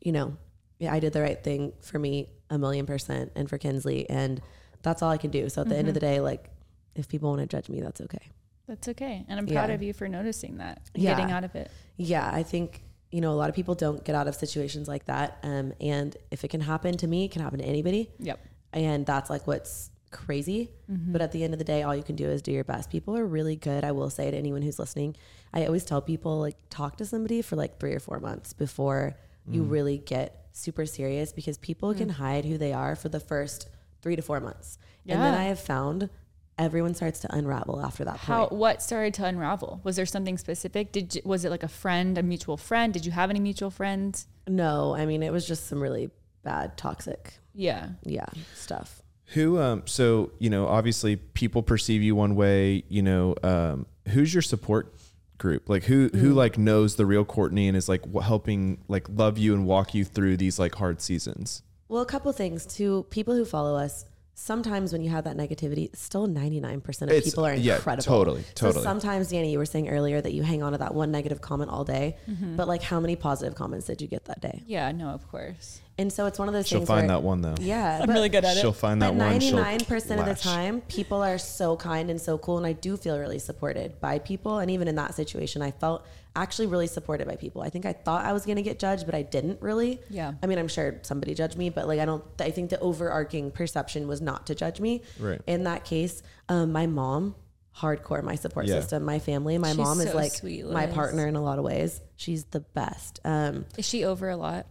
you know, yeah, I did the right thing for me a million percent and for Kinsley, and that's all I can do. So at the end of the day, like if people want to judge me, that's okay. That's okay. And I'm proud Yeah. of you for noticing that. and Yeah. Getting out of it. Yeah, I think you know a lot of people don't get out of situations like that, um, and if it can happen to me, it can happen to anybody. Yep. and that's like what's crazy Mm-hmm. but at the end of the day all you can do is do your best people are really good i will say to anyone who's listening i always tell people like talk to somebody for like three or four months before you Mm. really get super serious because people can hide who they are for the first three to four months and then Yeah. i have found everyone starts to unravel after that How point what started to unravel? Was there something specific? Did you, was it like a friend, a mutual friend? Did you have any mutual friends? no i mean it was just some really bad toxic Yeah. yeah stuff Who? Um. So you know, obviously, people perceive you one way. You know, um, who's your support group? Like who? Mm. Who like knows the real Courtney and is like w- helping, like love you and walk you through these like hard seasons. Well, a couple things to people who follow us. Sometimes when you have that negativity, still 99% of It's- people are yeah, incredible. totally, So totally. sometimes, Danny, you were saying earlier that you hang on to that one negative comment all day, but like how many positive comments did you get that day? Yeah, no, of course. And so it's one of those She'll things find where, that one though. Yeah. I'm really good at it. She'll find that but one. She'll 99% of the lash. time, people are so kind and so cool. And I do feel really supported by people. And even in that situation, I felt actually really supported by people. I think I thought I was going to get judged, but I didn't really. Yeah. I mean, I'm sure somebody judged me, but like, I don't, I think the overarching perception was not to judge me. Right. In that case, um, my mom, hardcore, my support Yeah. system, my family, my She's mom is so like sweet, my Liz. partner in a lot of ways. She's the best. Um, Is she over a lot?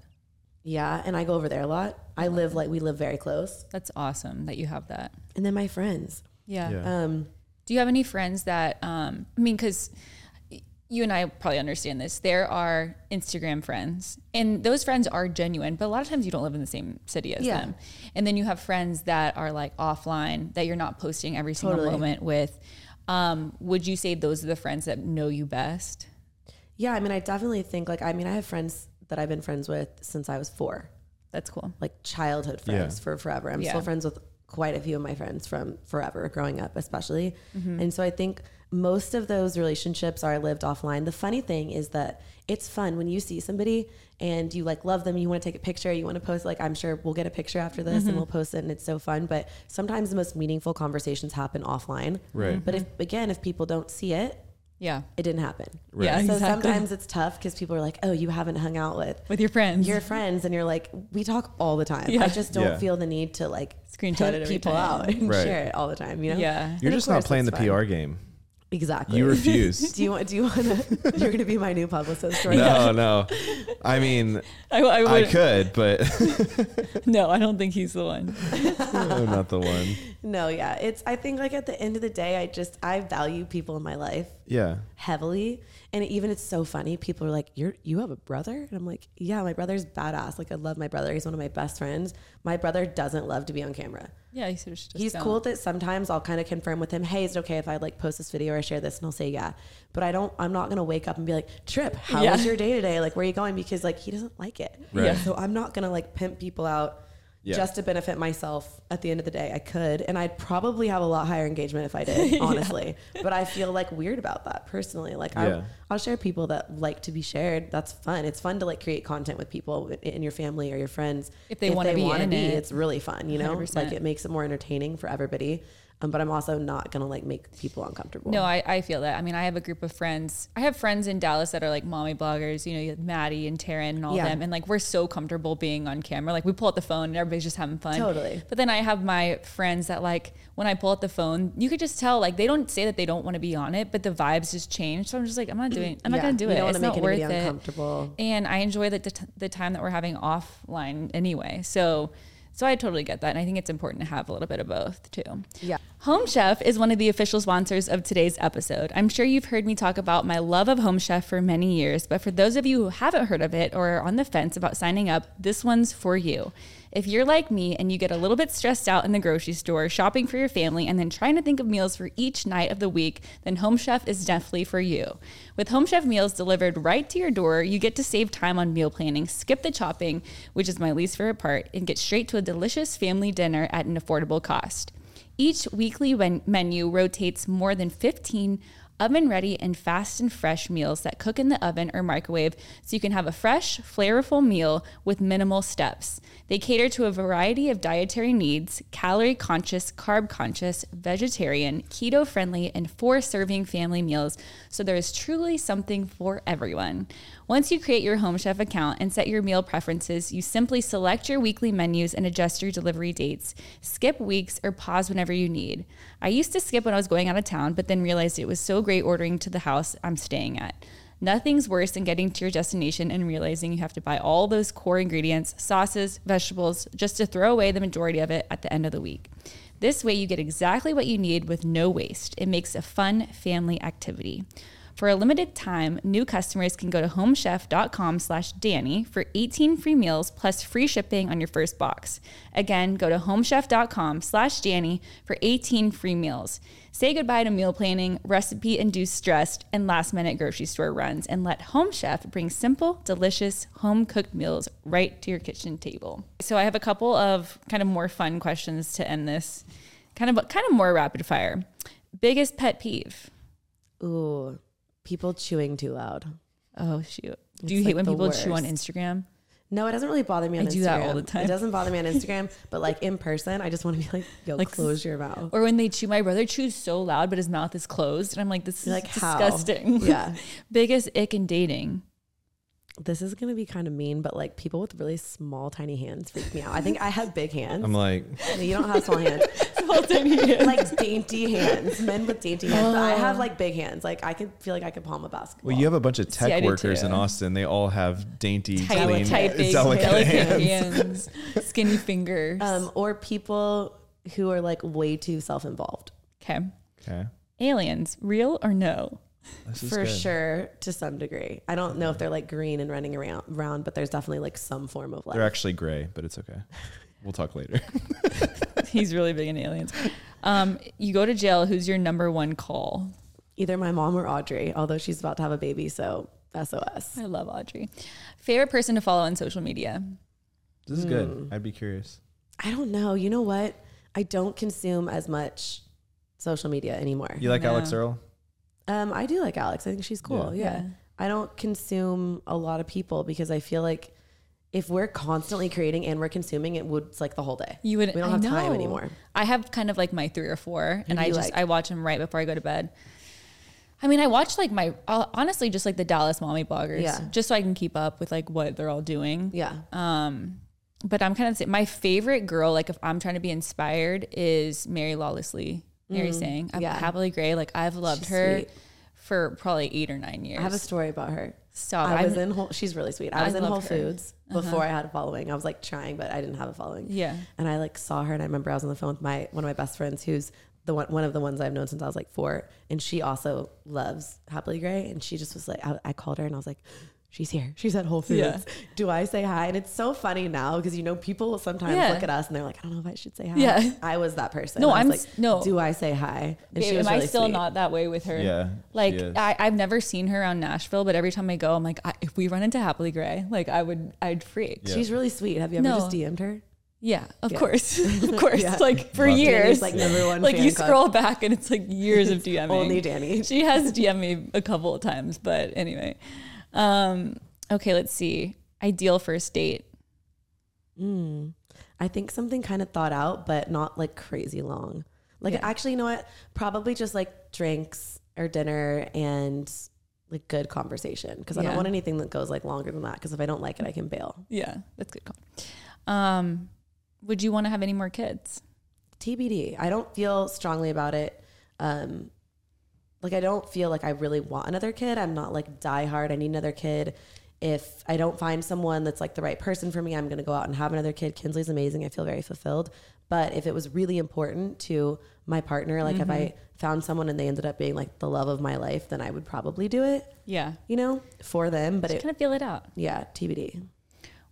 yeah. And I go over there a lot. I live like, we live very close. That's awesome that you have that. and then my friends. Yeah. Yeah. Um, Do you have any friends that um I mean cuz you and I probably understand this. There are Instagram friends, and those friends are genuine, but a lot of times you don't live in the same city as Yeah. them. And then you have friends that are like offline that you're not posting every single Totally. moment with. Um, would you say those are the friends that know you best? Yeah, I mean, I definitely think like I mean, I have friends that I've been friends with since I was four, That's cool. like childhood friends for forever. I'm Yeah. still friends with quite a few of my friends from forever growing up, especially. And so I think most of those relationships are lived offline. The funny thing is that it's fun when you see somebody and you like love them, you want to take a picture, you want to post like I'm sure we'll get a picture after this and we'll post it and it's so fun, but sometimes the most meaningful conversations happen offline. Right. But if again, if people don't see it, Yeah. it didn't happen. Right. Yeah, So exactly. sometimes it's tough because people are like, "Oh, you haven't hung out with With your friends. your friends," and you're like, "We talk all the time. Yeah. I just don't Yeah. feel the need to like Screenshot pimp it every people time. out and Right. share it all the time." You know? yeah. You're And of just course not playing the it's fun. PR game. Exactly. You refuse. do you want? Do you want to? You're going to be my new publicist, right? no, no. I mean, I, I I would, could, but no, I don't think he's the one. I'm not the one. No, yeah. It's. I think like at the end of the day, I just I value people in my life Yeah. heavily and even it's so funny people are like you're you have a brother and i'm like yeah my brother's badass like i love my brother he's one of my best friends my brother doesn't love to be on camera Yeah, he should just he's don't. cool that sometimes i'll kind of confirm with him hey is it okay if i like post this video or share this and he'll say yeah but i don't i'm not gonna wake up and be like trip how Yeah. was your day today like where are you going because like he doesn't like it Right. Yeah. so i'm not gonna like pimp people out Yeah. Just to benefit myself at the end of the day, I could, and I'd probably have a lot higher engagement if I did, honestly. But I feel like weird about that personally. Like, I, Yeah. I'll share people that like to be shared. That's fun. It's fun to like create content with people i- in your family or your friends If they wanna be wanna in it. It's really fun, you know. 100%. Like it makes it more entertaining for everybody. Um, but I'm also not gonna like make people uncomfortable. No, I, I feel that. I mean, I have a group of friends. I have friends in Dallas that are like mommy bloggers, you know, you have Maddie and Taryn and all Yeah. them. And like, we're so comfortable being on camera. Like, we pull out the phone and everybody's just having fun. Totally. But then I have my friends that, like, when I pull out the phone, you could just tell, like, they don't say that they don't want to be on it, but the vibes just change. So I'm just like, I'm not doing, I'm Yeah. not going to do You it. don't wanna it's make not worth anybody it. uncomfortable. And I enjoy the, t- the time that we're having offline anyway. So, so I totally get that. And I think it's important to have a little bit of both too. Yeah. Home Chef is one of the official sponsors of today's episode. I'm sure you've heard me talk about my love of Home Chef for many years, but for those of you who haven't heard of it or are on the fence about signing up, this one's for you. If you're like me and you get a little bit stressed out in the grocery store, shopping for your family, and then trying to think of meals for each night of the week, then Home Chef is definitely for you. With Home Chef meals delivered right to your door, you get to save time on meal planning, skip the chopping, which is my least favorite part, and get straight to a delicious family dinner at an affordable cost. Each weekly wen- menu rotates more than 15 oven ready and fast and fresh meals that cook in the oven or microwave so you can have a fresh, flavorful meal with minimal steps. They cater to a variety of dietary needs calorie conscious, carb conscious, vegetarian, keto friendly, and four serving family meals. So there is truly something for everyone. Once you create your Home Chef account and set your meal preferences, you simply select your weekly menus and adjust your delivery dates. Skip weeks or pause whenever you need. I used to skip when I was going out of town, but then realized it was so great ordering to the house I'm staying at. Nothing's worse than getting to your destination and realizing you have to buy all those core ingredients, sauces, vegetables, just to throw away the majority of it at the end of the week. This way, you get exactly what you need with no waste. It makes a fun family activity. For a limited time, new customers can go to homechef.com slash Danny for 18 free meals plus free shipping on your first box. Again, go to homechef.com slash Danny for 18 free meals. Say goodbye to meal planning, recipe induced stress, and last minute grocery store runs, and let Home Chef bring simple, delicious, home cooked meals right to your kitchen table. So, I have a couple of kind of more fun questions to end this, kind of, kind of more rapid fire. Biggest pet peeve? Ooh, people chewing too loud. Oh shoot! It's Do you hate like when the people chew on worst. Instagram? No, it doesn't really bother me on I Instagram. do that all the time. It doesn't bother me on Instagram, but like in person, I just want to be like, yo, Like, close your mouth. Or when they chew, my brother chews so loud, but his mouth is closed, and I'm like, this is You're like, how? disgusting. Yeah. Biggest ick in dating. This is gonna be kind of mean, but like people with really small, tiny hands freak me out. I think I have big hands. I'm like, No, you don't have small hands. Small tiny hands. like dainty hands, men with dainty hands. But I have like big hands. Like I could feel like I could palm a basketball. well, you have a bunch of I tech do workers too. in Austin. They all have dainty, tight, clean, tight, big, delicate delicate hands. hands, skinny fingers. um, or people who are like way too self-involved. okay. Okay. Aliens, real or no? This is For good. sure, to some degree. I don't know if they're like green and running around, around, but there's definitely like some form of life. They're actually gray, but it's okay. We'll talk later. He's really big into aliens. Um, you go to jail. Who's your number one call? Either my mom or Audrey, although she's about to have a baby, so SOS. I love Audrey. Favorite person to follow on social media? this is Hmm. good. I'd be curious. I don't know. You know what? I don't consume as much social media anymore. You like No. Alex Earl? Um, I do like Alex. I think she's cool. Yeah. Yeah. Yeah. I don't consume a lot of people because I feel like if we're constantly creating and we're consuming, it would it's like the whole day. You would. We don't I have time know. anymore. I have kind of like my three or four, and do I you just like? I watch them right before I go to bed. I mean, I watch like my uh, honestly just like the Dallas mommy bloggers, Yeah. just so I can keep up with like what they're all doing. Yeah. Um, but I'm kind of my favorite girl. Like if I'm trying to be inspired, is Mary Lawlessly, Mary Sang. I'm Mm, yeah. happily gray. Like I've loved She's her sweet. for probably eight or nine years. I have a story about her. Stop. I was I'm- in Whole, she's really sweet. I Oh, I was in love Whole her. Uh-huh. Foods before I had a following. I was like trying, but I didn't have a following. Yeah. And I like saw her, and I remember I was on the phone with my one of my best friends, who's the one one of the ones I've known since I was like four, and she also loves Happily Gray, and she just was like, I, I called her, and I was like. She's here. She's at Whole Foods. Yeah. Do I say hi? And it's so funny now because you know people sometimes Yeah. look at us and they're like, I don't know if I should say hi. Yeah. I was that person. No, I I'm was s- like, no. Do I say hi? And Babe, am I really still sweet. not that way with her? Yeah, Like she is. I, I've never seen her around Nashville, but every time I go, I'm like, I, if we run into Happily Gray, like I would, I'd freak. Yeah, Yeah. She's really sweet. Have you ever No. just DM'd her? of Yeah. course, of course. Yeah. Like for Love it. years, Danny's, like like, number one. fan you club. scroll back and it's like years of DMing. only Danny. She has DM me a couple of times, but anyway. Um, okay, let's see. Ideal first date. Mm. I think something kind of thought out, but not like crazy long. Like Yeah. actually, you know what? Probably just like drinks or dinner and like good conversation because I Yeah. don't want anything that goes like longer than that. Because if I don't like it, I can bail. Yeah, that's good. Call. Um, would you want to have any more kids? TBD. I don't feel strongly about it. Um, like I don't feel like I really want another kid. I'm not like diehard. I need another kid. If I don't find someone that's like the right person for me, I'm gonna go out and have another kid. Kinsley's amazing. I feel very fulfilled. But if it was really important to my partner, like if I found someone and they ended up being like the love of my life, then I would probably do it. Yeah, You know, for them. But it, kind of feel it out. yeah, TBD.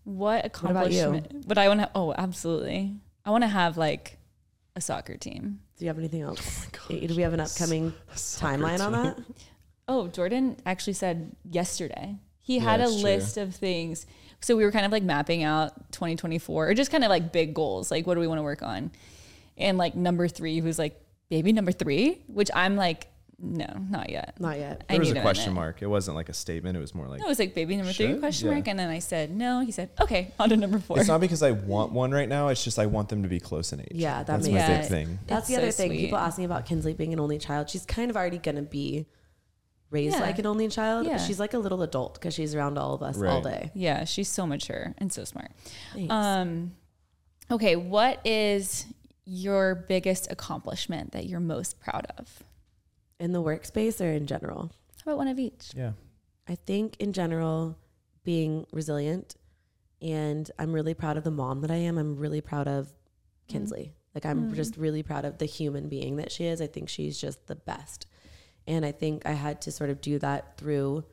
What about you? accomplishment? What, I want to? Oh, absolutely. I want to have like a soccer team. Do you have anything else? Do we have an upcoming timeline on that? Oh, Jordan actually said yesterday he had a that's true. list of things. So we were kind of like mapping out 2024 or just kind of like big goals. Like, what do we want to work on? And like number three, he was like baby number three, which I'm like, no, not yet. Not yet. I There was need a a question minute. mark. It wasn't like a statement. It was more like No, it was like baby number Sure, three question yeah. mark, and then I said no. He said okay, on to number four. it's not because I want one right now. It's just I want them to be close in age. Yeah, that that's makes my sense. big thing. That's It's the so other thing. sweet. People ask me about Kinsley being an only child. She's kind of already going to be raised Yeah. like an only child. Yeah. But she's like a little adult because she's around all of us all Right. day. yeah, she's so mature and so smart. Thanks. Um, okay, what is your biggest accomplishment that you're most proud of? in the workspace or in general? How about one of each? Yeah. I think in general, being resilient. And I'm really proud of the mom that I am. I'm really proud of Kinsley. Like, I'm Mm. just really proud of the human being that she is. I think she's just the best. And I think I had to sort of do that through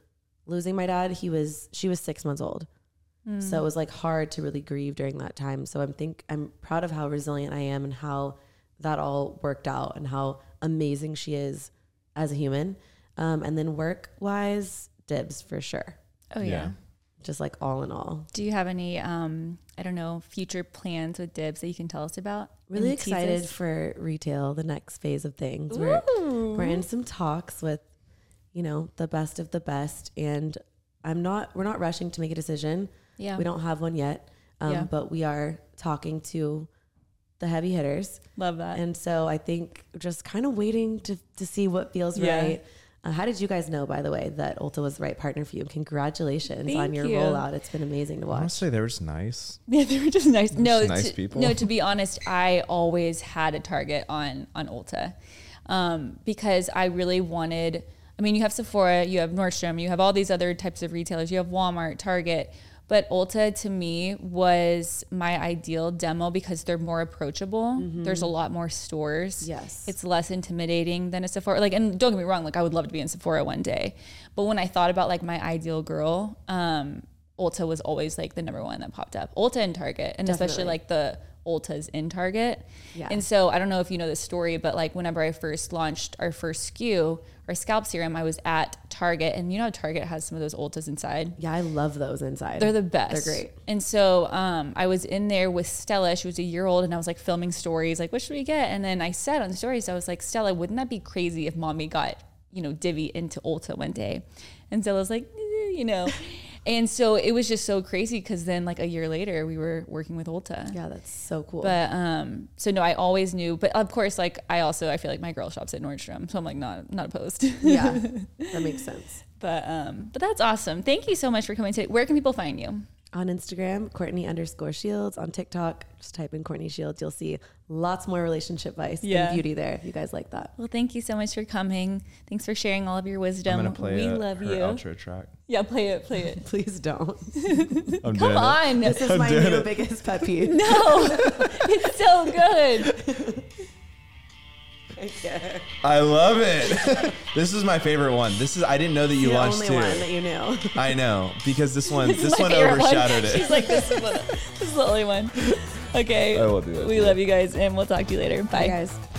losing my dad. He was, she was six months old. Mm. So it was like hard to really grieve during that time. So I'm think I'm proud of how resilient I am and how that all worked out and how amazing she is as a human. Um, and then work wise, dibs for sure. oh yeah. Yeah. Just like all in all, Do you have any um, I don't know, future plans with Dibs that you can tell us about? really And tease excited us? for retail, the next phase of things. We're Ooh. we're in some talks with, you know, the best of the best, and I'm not. We're not rushing to make a decision. yeah. We don't have one yet, um, Yeah. but we are talking to the heavy hitters. Love that. And so I think just kind of waiting to, to see what feels Yeah. right. Uh, how did you guys know, by the way, that Ulta was the right partner for you? Congratulations on Thank your you. rollout. It's been amazing to watch. Honestly, they were just nice. yeah, they were just nice. no, just nice to, people. No, to be honest, I always had a target on on Ulta um, because I really wanted. I mean, you have Sephora, you have Nordstrom, you have all these other types of retailers. You have Walmart, Target, but Ulta to me was my ideal demo because they're more approachable. There's a lot more stores. Yes. it's less intimidating than a Sephora. Like, and don't get me wrong, like I would love to be in Sephora one day, but when I thought about like my ideal girl, um, Ulta was always like the number one that popped up. Ulta and Target, and especially Definitely. like the Ulta's in Target. Yeah. And so I don't know if you know this story, but like whenever I first launched our first SKU, our scalp serum, I was at Target and you know how Target has some of those Ultas inside. Yeah, I love those inside. They're the best. They're great. And so um, I was in there with Stella. She was a year old, and I was like filming stories, like, what should we get? And then I said on the stories, I was like, Stella, wouldn't that be crazy if mommy got, you know, Divvy into Ulta one day? And Stella's like, "Eh," you know. and so it was just so crazy because then, like, a year later, we were working with Ulta. Yeah, that's so cool. But um, so no, I always knew. But of course, like I also I feel like my girl shops at Nordstrom, so I'm like not not opposed. yeah, that makes sense. but um, but that's awesome. Thank you so much for coming today. Where can people find you? On Instagram, Courtney underscore Shields. On TikTok, just type in Courtney Shields. You'll see lots more relationship advice Yeah. and beauty there. You guys like that? Well, thank you so much for coming. Thanks for sharing all of your I'm wisdom. gonna play we uh, love her you. outro track. Yeah, play it, play it. Please don't. I'm Come doing it. on. This is I'm my doing new it. biggest pet peeve. No, it's so good. I love it. this is my favorite one. This is I didn't know that you the launched only too. one that you knew. I know because this one this My one favorite overshadowed She's it. like, this is, the, this is the only one. Okay. I will do that We too. love you guys, and we'll talk to you later. Bye. Hey guys.